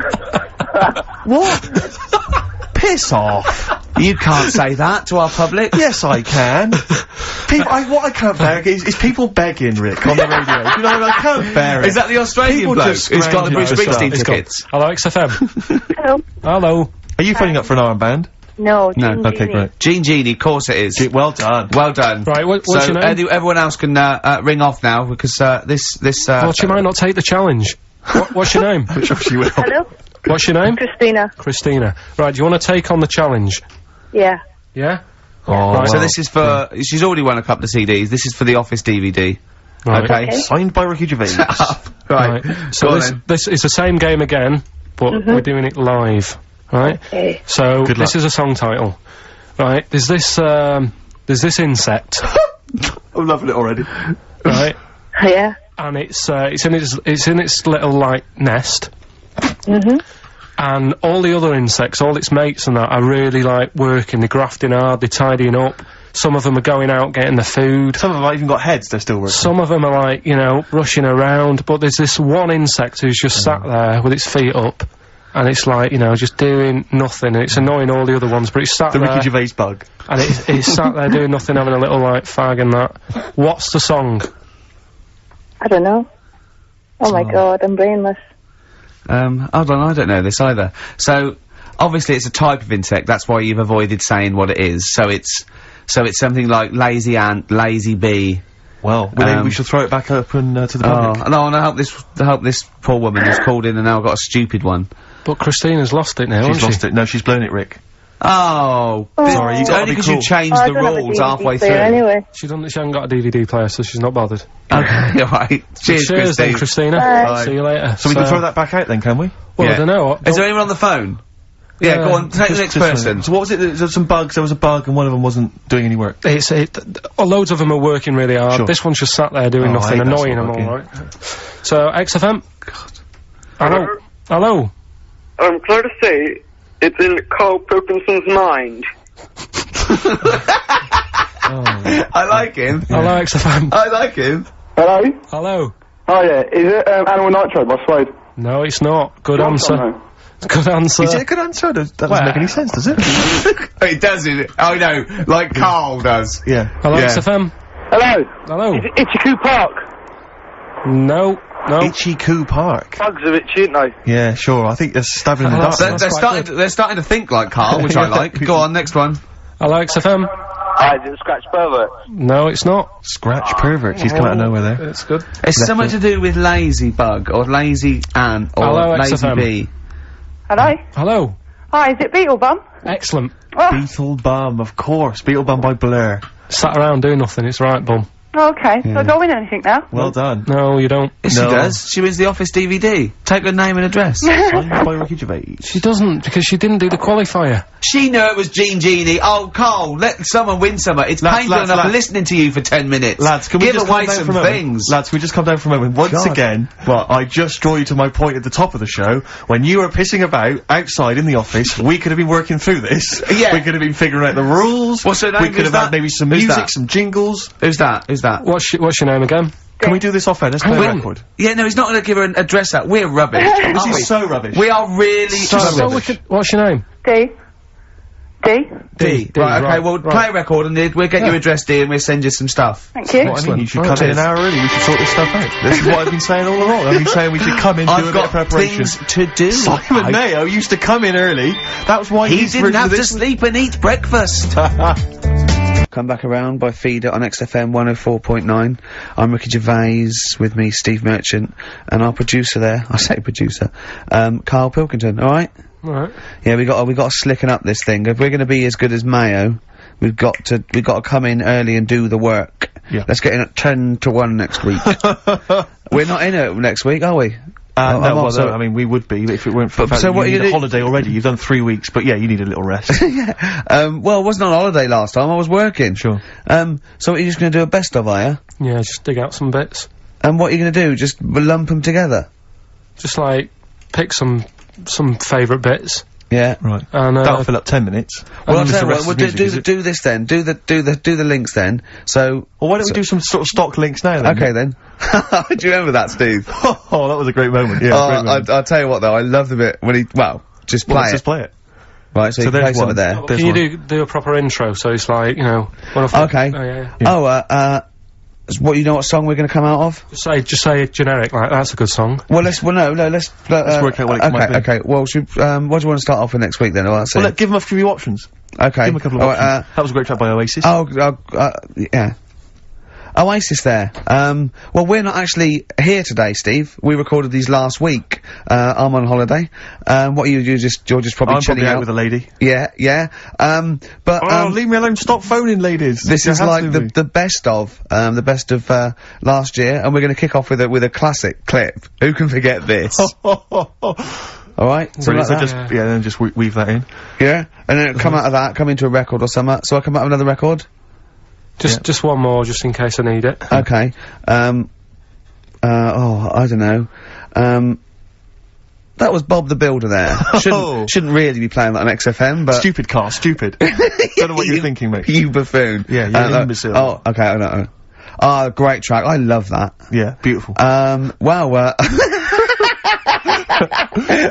Speaker 2: what? Piss off.
Speaker 1: You can't say that
Speaker 2: (laughs)
Speaker 1: to our public.
Speaker 2: Yes, I can. People, I, what I can't bear is, is people begging, Rick, on the radio. you know, I can't bear it.
Speaker 1: Is that the Australian
Speaker 2: People
Speaker 1: bloke
Speaker 2: just
Speaker 1: who's got the
Speaker 2: scrounge
Speaker 1: Bruce
Speaker 2: it up.
Speaker 1: Springsteen
Speaker 2: It's
Speaker 3: got-
Speaker 1: tickets?
Speaker 3: Alex
Speaker 1: (laughs)
Speaker 3: FM.
Speaker 6: Hello.
Speaker 3: Hello.
Speaker 2: Are you phoning up for an armband?
Speaker 6: No.
Speaker 1: No,
Speaker 6: Jean
Speaker 2: Okay,
Speaker 6: Genie.
Speaker 2: great.
Speaker 1: Gene Genie, of course it is.
Speaker 2: Gee, Well done.
Speaker 1: Well done.
Speaker 3: Right, what- what's
Speaker 1: so
Speaker 3: your name?
Speaker 1: any- everyone else can uh, uh, ring off now because uh, this this. Uh,
Speaker 3: Well, she might not take the challenge. What, what's your name?
Speaker 2: I'm sure she will.
Speaker 6: Hello,
Speaker 3: What's your name?
Speaker 6: Christina.
Speaker 3: Christina. Right, do you want to take on the challenge?
Speaker 6: Yeah.
Speaker 3: Yeah?
Speaker 2: Oh,
Speaker 3: Right,
Speaker 1: so
Speaker 2: well.
Speaker 1: this is for she's already won a couple of CDs. This is for the office DVD.
Speaker 3: Right.
Speaker 1: Okay.
Speaker 6: Okay.
Speaker 2: Signed by Ricky (laughs) Gervais.
Speaker 1: right.
Speaker 3: Right.
Speaker 1: Go
Speaker 3: So
Speaker 1: on
Speaker 3: this,
Speaker 1: then.
Speaker 3: this is the same game again, but we're doing it live. Right?
Speaker 6: Okay.
Speaker 3: So
Speaker 2: Good
Speaker 3: this
Speaker 2: luck.
Speaker 3: is a song title, right? There's this um, there's
Speaker 2: (laughs)
Speaker 3: this insect,
Speaker 2: I'm loving it already.
Speaker 3: right?
Speaker 6: Yeah.
Speaker 3: And it's uh, it's in its it's in its little like nest,
Speaker 6: Mhm.
Speaker 3: and all the other insects, all its mates and that, are really like working. They're grafting hard, they're tidying up, Some of them are going out getting the food.
Speaker 2: Some of them have even got heads. They're still working.
Speaker 3: Some of them are like, you know, rushing around, but there's this one insect who's just sat
Speaker 2: Mm.
Speaker 3: there with its feet up, and it's like, you know, just doing nothing, and it's annoying all the other ones, but it's sat
Speaker 2: the
Speaker 3: there,
Speaker 2: Ricky Gervais bug.
Speaker 3: and it's, it's sat there doing nothing, having a little, like, fag and that. What's the song?
Speaker 6: I don't know. Oh my god, I'm brainless.
Speaker 1: Um, hold on, I don't know this either. So, obviously it's a type of insect, that's why you've avoided saying what it is. So it's, so it's something like lazy ant, lazy bee.
Speaker 2: Well, well, maybe
Speaker 1: Um,
Speaker 2: we should throw it back open uh, to the
Speaker 1: Oh,
Speaker 2: public.
Speaker 1: and I want to help this, to help this poor woman who's called in and now got a stupid one.
Speaker 3: But Christina's lost it now,
Speaker 2: She's
Speaker 3: hasn't
Speaker 2: lost it. No, she's blown it, Rick.
Speaker 1: Oh,
Speaker 6: Sorry, you
Speaker 1: it's
Speaker 2: gotta
Speaker 1: only
Speaker 2: be
Speaker 1: because
Speaker 2: cool.
Speaker 1: you changed
Speaker 6: Oh, I
Speaker 1: the
Speaker 6: don't have a
Speaker 1: rules
Speaker 6: DVD
Speaker 1: halfway through.
Speaker 6: player Anyway.
Speaker 3: she? She, doesn't, she hasn't got a DVD player, so she's not bothered.
Speaker 1: (laughs) Okay, alright. Cheers,
Speaker 3: Cheers then,
Speaker 1: Christine.
Speaker 3: Christina.
Speaker 6: Bye.
Speaker 3: See you later.
Speaker 2: So we can throw that back out then, can we?
Speaker 3: Well,
Speaker 1: Yeah.
Speaker 3: I don't know.
Speaker 1: Is there anyone on the phone? Yeah,
Speaker 3: Yeah,
Speaker 1: go on, take the
Speaker 2: Just-
Speaker 1: next
Speaker 2: just
Speaker 1: person.
Speaker 2: one. So what was it? There was some bugs. There was a bug, and one of them wasn't doing any work.
Speaker 3: It's it. th- th- oh, loads of them are working really hard.
Speaker 2: Sure.
Speaker 3: This one's just sat there doing
Speaker 2: Oh, I
Speaker 3: nothing,
Speaker 2: hate that
Speaker 3: annoying them
Speaker 2: sort of
Speaker 3: all,
Speaker 2: bug,
Speaker 3: right? So XFM. Hello. Hello.
Speaker 7: I'm glad to say it's in Carl Pilkinson's mind.
Speaker 1: I like him.
Speaker 3: Hello XFM.
Speaker 1: I like him.
Speaker 5: Hello?
Speaker 3: Hello.
Speaker 5: (laughs) Oh, yeah. Is it um, Animal Nitro by Suede?
Speaker 3: No, it's not. Good answer. Good answer.
Speaker 2: Is it a good answer? Does- That
Speaker 3: Well-
Speaker 2: doesn't make any sense, does it?
Speaker 1: Uh, (laughs) it does it. I know, like Carl does.
Speaker 2: yeah.
Speaker 3: Hello
Speaker 1: Yeah.
Speaker 3: XFM.
Speaker 5: Hello?
Speaker 3: Hello.
Speaker 5: Ichiku Park.
Speaker 3: No. No.
Speaker 2: Itchy Coo Park.
Speaker 5: Bugs are itchy, aren't they?
Speaker 2: Yeah, sure. I think that's stabbing in the
Speaker 3: Oh,
Speaker 2: dark.
Speaker 3: that's-
Speaker 1: They're, they're
Speaker 3: quite
Speaker 1: starting. To, they're starting to think like Carl, which I
Speaker 2: (laughs) Yeah.
Speaker 1: like. Go on, next one.
Speaker 3: Hello XFM.
Speaker 5: I didn't scratch pervert.
Speaker 3: No, it's not.
Speaker 2: Scratch pervert. She's come out of nowhere
Speaker 1: (laughs)
Speaker 2: there.
Speaker 3: It's good.
Speaker 1: It's
Speaker 2: Left
Speaker 1: something to do with lazy bug or lazy ant or
Speaker 3: Hello,
Speaker 1: lazy
Speaker 3: XFM.
Speaker 1: bee.
Speaker 6: Hello?
Speaker 2: Mm.
Speaker 3: Hello.
Speaker 6: Hi, is it Beetlebum?
Speaker 3: Excellent.
Speaker 6: Oh,
Speaker 2: Beetle Bum, of course. Beetle Bum by Blur.
Speaker 3: Sat around doing nothing. It's right, bum.
Speaker 6: Oh, okay. So I don't win anything now.
Speaker 2: Well done.
Speaker 3: No, you don't.
Speaker 1: Yes,
Speaker 2: No.
Speaker 1: She does. She wins the office DVD. Take her name and address.
Speaker 2: Signed by Ricky Gervais.
Speaker 3: She doesn't because she didn't do the qualifier.
Speaker 1: (laughs) she knew it was Gene Genie. Oh, Carl, let someone win some. It's
Speaker 2: Lads,
Speaker 1: painful
Speaker 2: lads,
Speaker 1: enough
Speaker 2: lads.
Speaker 1: listening to you for ten minutes.
Speaker 2: Lads, can we
Speaker 1: give
Speaker 2: just
Speaker 1: away
Speaker 2: come down
Speaker 1: some
Speaker 2: for a moment?
Speaker 1: things?
Speaker 2: Lads, can we just come down for a moment. Once
Speaker 1: God.
Speaker 2: again,
Speaker 1: What?
Speaker 2: I just draw you to my point at the top of the show. When you were pissing about outside in the office, we could have been working through this.
Speaker 1: Yeah.
Speaker 2: We could have been figuring out the rules.
Speaker 1: What's her name?
Speaker 2: We could
Speaker 1: Who's
Speaker 2: have
Speaker 1: that?
Speaker 2: had maybe some
Speaker 1: Who's
Speaker 2: music,
Speaker 1: that?
Speaker 2: some jingles.
Speaker 1: Who's that? Who's that?
Speaker 3: What's your, what's your name again?
Speaker 2: Can we do this off air? Let's play a
Speaker 3: Hang on.
Speaker 2: record.
Speaker 1: Yeah, no, he's not going to give her an address. That we're (laughs) rubbish.
Speaker 2: This
Speaker 1: aren't
Speaker 2: is
Speaker 1: we?
Speaker 2: so rubbish.
Speaker 1: We are really
Speaker 2: So
Speaker 1: rubbish.
Speaker 3: So we could, what's your name?
Speaker 6: D. D.
Speaker 1: D.
Speaker 3: D,
Speaker 1: right, okay,
Speaker 3: right,
Speaker 1: well,
Speaker 3: right.
Speaker 1: play a record and it- we'll get
Speaker 3: Yeah.
Speaker 1: your address, D, and we'll send you some stuff.
Speaker 6: Thank you.
Speaker 2: What I mean, you should
Speaker 3: Right,
Speaker 2: come in
Speaker 3: cheers.
Speaker 2: an hour early. We should sort this stuff out. This is what I've been saying all along. I've been saying we should come in, do
Speaker 1: I've
Speaker 2: a bit
Speaker 1: got
Speaker 2: of preparation.
Speaker 1: things to do.
Speaker 2: Simon
Speaker 1: I-
Speaker 2: Mayo used to come in early. That was why
Speaker 1: He
Speaker 2: he's
Speaker 1: didn't
Speaker 2: written
Speaker 1: have to
Speaker 2: this.
Speaker 1: sleep and eat breakfast. Come back around by Feeder on XFM 104.9. I'm Ricky Gervais, with me Steve Merchant, and our producer there, (laughs) I say producer, um, Carl Pilkington, alright?
Speaker 3: Alright.
Speaker 1: Yeah, we got we got to slicken up this thing. If we're going to be as good as Mayo, we've got to we've got to come in early and do the work.
Speaker 2: Yeah.
Speaker 1: Let's get in at ten to one next
Speaker 2: (laughs)
Speaker 1: week. (laughs) we're not in it next week, are we?
Speaker 2: Uh,
Speaker 1: I'm
Speaker 2: no, well,
Speaker 1: off, so-
Speaker 2: no, I mean, we would be if it weren't for the fact
Speaker 1: so
Speaker 2: that
Speaker 1: what
Speaker 2: you
Speaker 1: you
Speaker 2: need a
Speaker 1: do-
Speaker 2: holiday already. You've done three weeks, but yeah, you need a little rest.
Speaker 1: um, well, I wasn't on holiday last time. I was working.
Speaker 2: Sure.
Speaker 1: Um, so what, you're just going to do a best of, are you?
Speaker 3: Yeah, just dig out some bits.
Speaker 1: And what are you going to do? Just lump them together?
Speaker 3: Just like pick some some favourite bits
Speaker 1: Yeah.
Speaker 2: (laughs) right.
Speaker 3: and uh,
Speaker 2: That'll fill up ten minutes.
Speaker 1: Well,
Speaker 2: And
Speaker 1: I'll tell
Speaker 2: then
Speaker 1: you
Speaker 2: the
Speaker 1: what,
Speaker 2: rest
Speaker 1: we'll
Speaker 2: is
Speaker 1: do,
Speaker 2: music,
Speaker 1: do,
Speaker 2: is
Speaker 1: the-
Speaker 2: it?
Speaker 1: do this then. Do the, do the, do the links then. So,
Speaker 2: Well, why don't
Speaker 1: so-
Speaker 2: we do some sort of stock links now then?
Speaker 1: okay then. (laughs) do you remember that, Steve?
Speaker 2: (laughs) oh, that was a great moment. Yeah,
Speaker 1: Uh,
Speaker 2: great moment.
Speaker 1: I, I'll tell you what though, I love the bit when he, well, just play
Speaker 2: Well, let's
Speaker 1: it.
Speaker 2: just play it.
Speaker 1: Right, so,
Speaker 2: So
Speaker 1: you play
Speaker 2: there's
Speaker 1: some
Speaker 2: one.
Speaker 1: of there.
Speaker 2: There's
Speaker 3: can you
Speaker 2: one.
Speaker 3: do do a proper intro? So it's like you know. What if
Speaker 1: Okay.
Speaker 3: Oh, yeah, yeah.
Speaker 1: Oh, uh, uh, s- what, you know what song we're gonna come out of?
Speaker 3: Just say just say a generic like that's a good song.
Speaker 1: Well, let's, well, no, no, let's, uh,
Speaker 2: Let's work out what it
Speaker 1: okay,
Speaker 2: might be.
Speaker 1: Okay, well, should, um, what do you want to start off with next week then? Well, that's
Speaker 2: Well,
Speaker 1: it.
Speaker 2: let, give them a few options.
Speaker 1: okay. Oh, uh,
Speaker 2: Give them a couple of
Speaker 1: All right,
Speaker 2: options. that was a great track by Oasis.
Speaker 1: uh, oh, oh, uh, yeah. Oh, Oasis there. Um, well, we're not actually here today, Steve. We recorded these last week. Uh, I'm on holiday. Um, what are you, you just, you're just probably
Speaker 2: I'm
Speaker 1: chilling
Speaker 2: probably out with a lady.
Speaker 1: yeah, yeah. Um, but,
Speaker 2: Oh,
Speaker 1: um,
Speaker 2: leave me alone. Stop phoning, ladies.
Speaker 1: This
Speaker 2: You're
Speaker 1: is like the,
Speaker 2: hassling me. (laughs)
Speaker 1: the best of, um, the best of, uh, last year, and we're gonna kick off with a, with a classic clip. Who can forget
Speaker 2: (laughs)
Speaker 1: this? Alright?
Speaker 2: Brilliant.
Speaker 1: Something
Speaker 2: So
Speaker 1: like
Speaker 2: just,
Speaker 3: that.
Speaker 2: yeah, then just we- weave that in.
Speaker 1: that. Yeah? And then it'll come out of that, come into a record or something. So I come out with another record?
Speaker 3: Just just one more just in case I need it.
Speaker 1: Okay. Um, uh, oh, I don't know. Um, That was Bob the Builder
Speaker 2: (laughs)
Speaker 1: there. Shouldn't, shouldn't really be playing that on XFM, but...
Speaker 2: Oh. Stupid car, stupid. Don't know what you're
Speaker 1: Uh, You-
Speaker 2: thinking, mate.
Speaker 1: (laughs) You buffoon.
Speaker 2: Yeah, you're an imbecile.
Speaker 1: Oh, okay, I know. Ah, great track. I love that.
Speaker 2: Yeah, beautiful.
Speaker 1: Um, well, uh... (laughs) I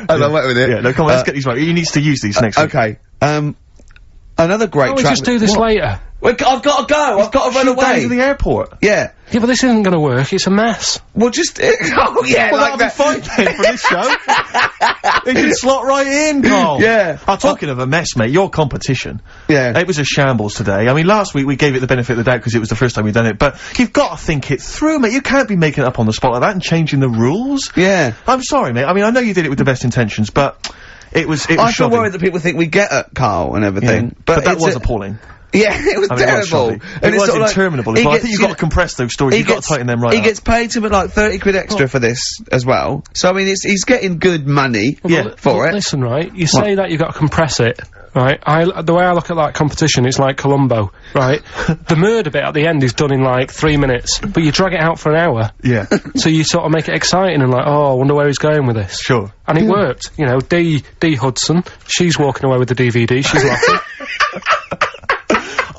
Speaker 1: don't work with it.
Speaker 2: yeah, no, come on,
Speaker 1: Uh,
Speaker 2: let's get these right. He needs to use these next week.
Speaker 1: Okay. Um, another great
Speaker 3: Can't Oh, we
Speaker 1: track.
Speaker 3: just do this
Speaker 1: What?
Speaker 3: later?
Speaker 1: Wait, I've got to go. I've got to run
Speaker 2: Down to
Speaker 1: away.
Speaker 2: the airport.
Speaker 1: Yeah.
Speaker 3: Yeah, but this isn't going to work. It's a mess.
Speaker 1: Well, just (laughs) oh yeah,
Speaker 2: Well,
Speaker 1: like
Speaker 2: that'll be
Speaker 1: that.
Speaker 2: fine then for this show. it can slot right in, Carl.
Speaker 1: Yeah.
Speaker 2: I'm talking of a mess, mate. Your competition.
Speaker 1: Yeah.
Speaker 2: It was a shambles today. I mean, last week we gave it the benefit of the doubt because it was the first time we'd done it, but you've got to think it through, mate. You can't be making it up on the spot like that and changing the rules.
Speaker 1: Yeah.
Speaker 2: I'm sorry, mate. I mean, I know you did it with the best intentions, but it was, it was
Speaker 1: I feel
Speaker 2: shoddy.
Speaker 1: worried that people think we get at Carl and
Speaker 2: Yeah.
Speaker 1: everything,
Speaker 2: But, that
Speaker 1: it's
Speaker 2: was
Speaker 1: a-
Speaker 2: appalling.
Speaker 1: Yeah, (laughs) it was
Speaker 2: I mean, it was
Speaker 1: terrible.
Speaker 2: shoddy. It
Speaker 1: it's
Speaker 2: was
Speaker 1: sort of like-
Speaker 2: interminable. as
Speaker 1: he
Speaker 2: well. I
Speaker 1: gets-
Speaker 2: think you've got to compress those stories.
Speaker 1: he
Speaker 2: You've got
Speaker 1: gets-
Speaker 2: to tighten them right
Speaker 1: He
Speaker 2: up.
Speaker 1: gets paid something like thirty quid extra for this as well. So I mean, it's he's getting good money
Speaker 2: Yeah.
Speaker 3: Well,
Speaker 1: for it.
Speaker 3: Listen, right? You say that you've got to compress it, right? I, the way I look at that competition, it's like Columbo, right? the murder bit at the end is done in like three minutes, but you drag it out for an hour.
Speaker 2: yeah. (laughs)
Speaker 3: So you sort of make it exciting and like, oh, I wonder where he's going with this.
Speaker 2: sure.
Speaker 3: And it worked. You know, Dee, Dee Hudson, she's walking away with the DVD. She's laughing.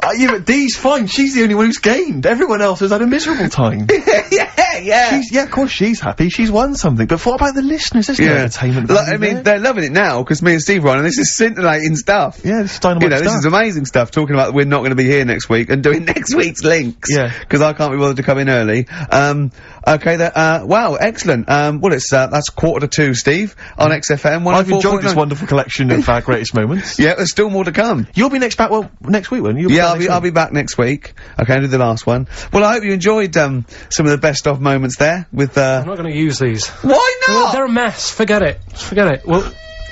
Speaker 2: Uh, yeah, but Dee's fine. She's the only one who's gained. Everyone else has had
Speaker 1: (laughs)
Speaker 2: a miserable time.
Speaker 1: (laughs) yeah, yeah.
Speaker 2: She's, yeah, of course she's happy. She's won something. But what about the listeners? There's no entertainment.
Speaker 1: Like,
Speaker 2: value
Speaker 1: I mean,
Speaker 2: there.
Speaker 1: they're loving it now because me and Steve are on, and this is scintillating stuff.
Speaker 2: yeah, this is dynamite
Speaker 1: You know, this
Speaker 2: stuff.
Speaker 1: is amazing stuff. Talking about we're not going to be here next week and doing (laughs) next week's links.
Speaker 2: Yeah.
Speaker 1: Because I can't be bothered to come in early. Um, okay, that, uh, wow, excellent. Um, well, it's, uh, that's quarter to two, Steve,
Speaker 3: Mm.
Speaker 1: on XFM.
Speaker 2: I've enjoyed this
Speaker 1: 104.9.
Speaker 2: wonderful collection of our greatest moments.
Speaker 1: (laughs) Yeah, there's still more to come.
Speaker 2: You'll be next back. Well, next week, won't you? You'll
Speaker 1: Yeah,
Speaker 2: back
Speaker 1: I'll be,
Speaker 2: next
Speaker 1: I'll be
Speaker 2: week.
Speaker 1: back next week. Okay, I'll do the last one. Well, I hope you enjoyed, um, some of the best of moments there with, uh...
Speaker 3: I'm not going to use these.
Speaker 1: Why
Speaker 3: Well,
Speaker 1: not?
Speaker 3: they're a mess. Forget it. Forget it. Well,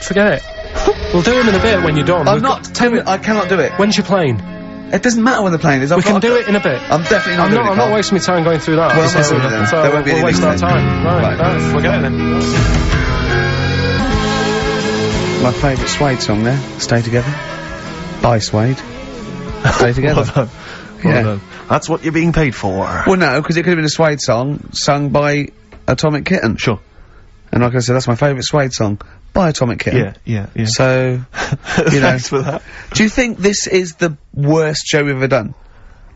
Speaker 3: forget it. We'll do them in a bit when you're done.
Speaker 1: I'm
Speaker 3: We've
Speaker 1: not,
Speaker 3: got-
Speaker 1: Tim, I cannot do it.
Speaker 3: When's your plane?
Speaker 1: It doesn't matter when the plane is. I've
Speaker 3: We can
Speaker 1: got-
Speaker 3: do it in a bit.
Speaker 1: I'm definitely not
Speaker 3: I'm
Speaker 1: doing
Speaker 3: not,
Speaker 1: it,
Speaker 3: I'm not
Speaker 1: Carl.
Speaker 3: wasting my time going through that.
Speaker 1: Well,
Speaker 3: This
Speaker 1: no,
Speaker 3: isn't-
Speaker 1: no, no.
Speaker 3: so
Speaker 1: There won't be
Speaker 3: we'll
Speaker 1: any
Speaker 3: waste our
Speaker 1: links then.
Speaker 3: time.
Speaker 1: Right.
Speaker 3: Right, right. We're getting it.
Speaker 1: My favourite Suede song there. Stay together. Bye, Suede. Stay
Speaker 2: (laughs) Well
Speaker 1: together.
Speaker 2: done. Well
Speaker 1: Yeah.
Speaker 2: done. That's what you're being paid for.
Speaker 1: well, no, because it could have been a Suede song sung by Atomic Kitten.
Speaker 2: Sure.
Speaker 1: And like I said, that's my favourite Suede song by Atomic Kitten.
Speaker 2: Yeah, yeah, yeah.
Speaker 1: So,
Speaker 2: (laughs)
Speaker 1: you know.
Speaker 2: Thanks for that.
Speaker 1: do you think this is the worst show we've ever done?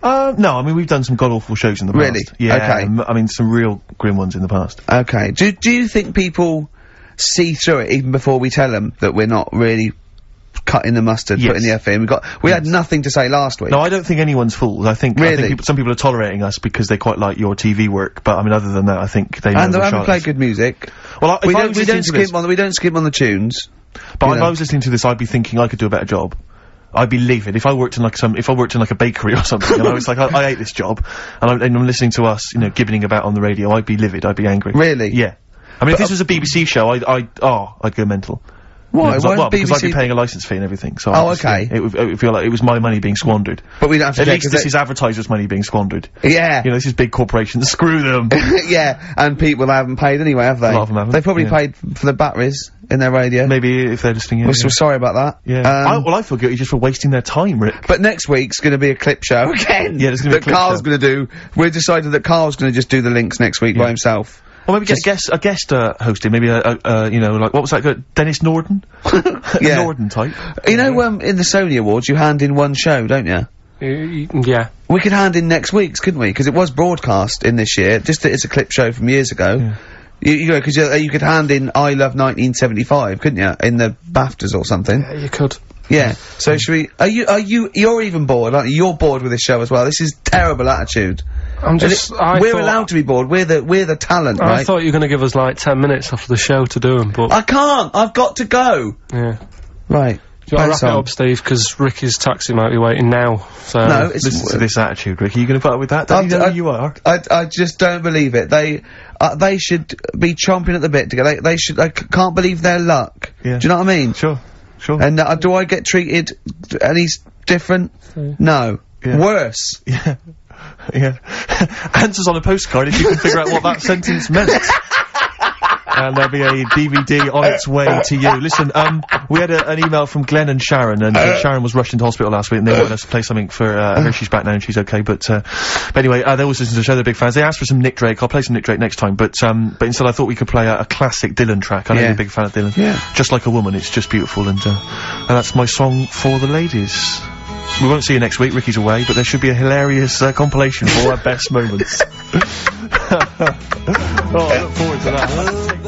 Speaker 2: Uh, no, I mean, we've done some god awful shows in the
Speaker 1: Really?
Speaker 2: past. Yeah.
Speaker 1: Okay.
Speaker 2: m- I mean, some real grim ones in the past.
Speaker 1: Okay. Do Do you think people see through it even before we tell them that we're not really cutting the mustard,
Speaker 2: Yes.
Speaker 1: putting the effort in? We got we had nothing to say last week.
Speaker 2: No, I don't think anyone's fooled. I think, I
Speaker 1: Really?
Speaker 2: think people, some people are tolerating us because they quite like your TV work. But I mean, other than that, I think they know
Speaker 1: and
Speaker 2: we're
Speaker 1: we haven't played
Speaker 2: charlatans.
Speaker 1: good music.
Speaker 2: Well, I, if
Speaker 1: We
Speaker 2: I
Speaker 1: don't
Speaker 2: was
Speaker 1: we
Speaker 2: listening
Speaker 1: don't
Speaker 2: to this,
Speaker 1: skip on we don't skip on the tunes.
Speaker 2: but
Speaker 1: you
Speaker 2: if
Speaker 1: know.
Speaker 2: I was listening to this, I'd be thinking I could do a better job. I'd be leaving if I worked in like some if I worked in like a bakery or something. and I was like, I, I hate this job, and I'm, and I'm listening to us, you know, gibboning about on the radio. I'd be livid. I'd be angry.
Speaker 1: Really?
Speaker 2: Yeah. I mean, if this was a BBC show, I'd, I'd, oh, I'd go mental.
Speaker 1: Why?
Speaker 2: Because I-
Speaker 1: Why
Speaker 2: well,
Speaker 1: BBC?
Speaker 2: because I'd be paying a license fee and everything, so.
Speaker 1: Oh,
Speaker 2: I'd just-
Speaker 1: okay.
Speaker 2: It would, it would feel like it was my money being squandered.
Speaker 1: but we don't have to.
Speaker 2: At
Speaker 1: check,
Speaker 2: least
Speaker 1: 'cause
Speaker 2: this
Speaker 1: they-
Speaker 2: is advertisers' money being squandered.
Speaker 1: Yeah.
Speaker 2: You know, this is big corporations. (laughs) Screw them.
Speaker 1: yeah, and people haven't paid anyway, have they?
Speaker 2: A lot of them haven't,
Speaker 1: They probably
Speaker 2: yeah.
Speaker 1: paid f- for the batteries in their radio.
Speaker 2: Maybe if they're listening. in,
Speaker 1: We're
Speaker 2: yeah.
Speaker 1: so sorry about that.
Speaker 2: Yeah. I,
Speaker 1: Um,
Speaker 2: well, I feel guilty just for wasting their time, Rick.
Speaker 1: but next week's going to be a clip show again.
Speaker 2: (laughs) Yeah, there's gonna be a
Speaker 1: that
Speaker 2: clip
Speaker 1: Carl's
Speaker 2: show.
Speaker 1: going to do. We've decided that Carl's going to just do the links next week by
Speaker 2: (laughs)
Speaker 1: himself.
Speaker 2: Or maybe get a guest, a guest uh, hosting, maybe a, a, a, you know, like, what was that, guy? Dennis Norden? A
Speaker 1: Yeah.
Speaker 2: Norden type.
Speaker 1: You know, um, in the Sony Awards, you hand in one show, don't you?
Speaker 3: Y- y- mm, Yeah.
Speaker 1: We could hand in next week's, couldn't we? Because it was broadcast in this year. Just that it's a clip show from years ago. You, you know, because you, you could hand in I Love 1975, couldn't you? In the BAFTAs or something.
Speaker 3: Yeah, you could.
Speaker 1: Yeah. So should we? Are you? Are you? You're even bored. Aren't you? You're bored with this show as well. This is terrible attitude.
Speaker 3: I'm
Speaker 1: And
Speaker 3: just.
Speaker 1: it-
Speaker 3: I
Speaker 1: we're
Speaker 3: thought,
Speaker 1: allowed to be bored. We're the we're the talent,
Speaker 3: I
Speaker 1: right?
Speaker 3: thought you were going to give us like 10 minutes after the show to do them, but.
Speaker 1: I can't. I've got to go.
Speaker 3: yeah.
Speaker 1: Right.
Speaker 3: Do you want to
Speaker 1: Pants
Speaker 3: wrap it
Speaker 1: on.
Speaker 3: up, Steve? Because Ricky's taxi might be waiting now. So.
Speaker 1: No, Oh, it's.
Speaker 2: Listen to this attitude, Rick. Are you going to put up with that? Don't you know
Speaker 1: I-
Speaker 2: who you are?
Speaker 1: I, I just don't believe it. They uh, they should be chomping at the bit to get. They, they should. I c- can't believe their luck.
Speaker 2: Yeah.
Speaker 1: Do you know what I mean?
Speaker 2: Sure. Sure.
Speaker 1: And uh, do I get treated any s- different? No.
Speaker 2: Yeah.
Speaker 1: Worse.
Speaker 2: (laughs) yeah. yeah. Answers on a postcard if you can figure out what that sentence meant. and there'll be a DVD on its way to you. Listen, um, we had a, an email from Glenn and Sharon, and uh, Sharon was rushed into hospital last week, and they wanted us to play something for uh, I hope she's back now and she's okay. But, uh, but anyway, uh, they always listen to the show. They're big fans. They asked for some Nick Drake. I'll play some Nick Drake next time. But um, but instead, I thought we could play a, a classic Dylan track. I know
Speaker 1: Yeah.
Speaker 2: you're a big fan of Dylan.
Speaker 1: Yeah.
Speaker 2: Just like a woman, it's just beautiful, and uh, and that's my song for the ladies. We won't see you next week. Ricky's away, but there should be a hilarious uh, (laughs) compilation of all our best moments. oh, I look forward to that.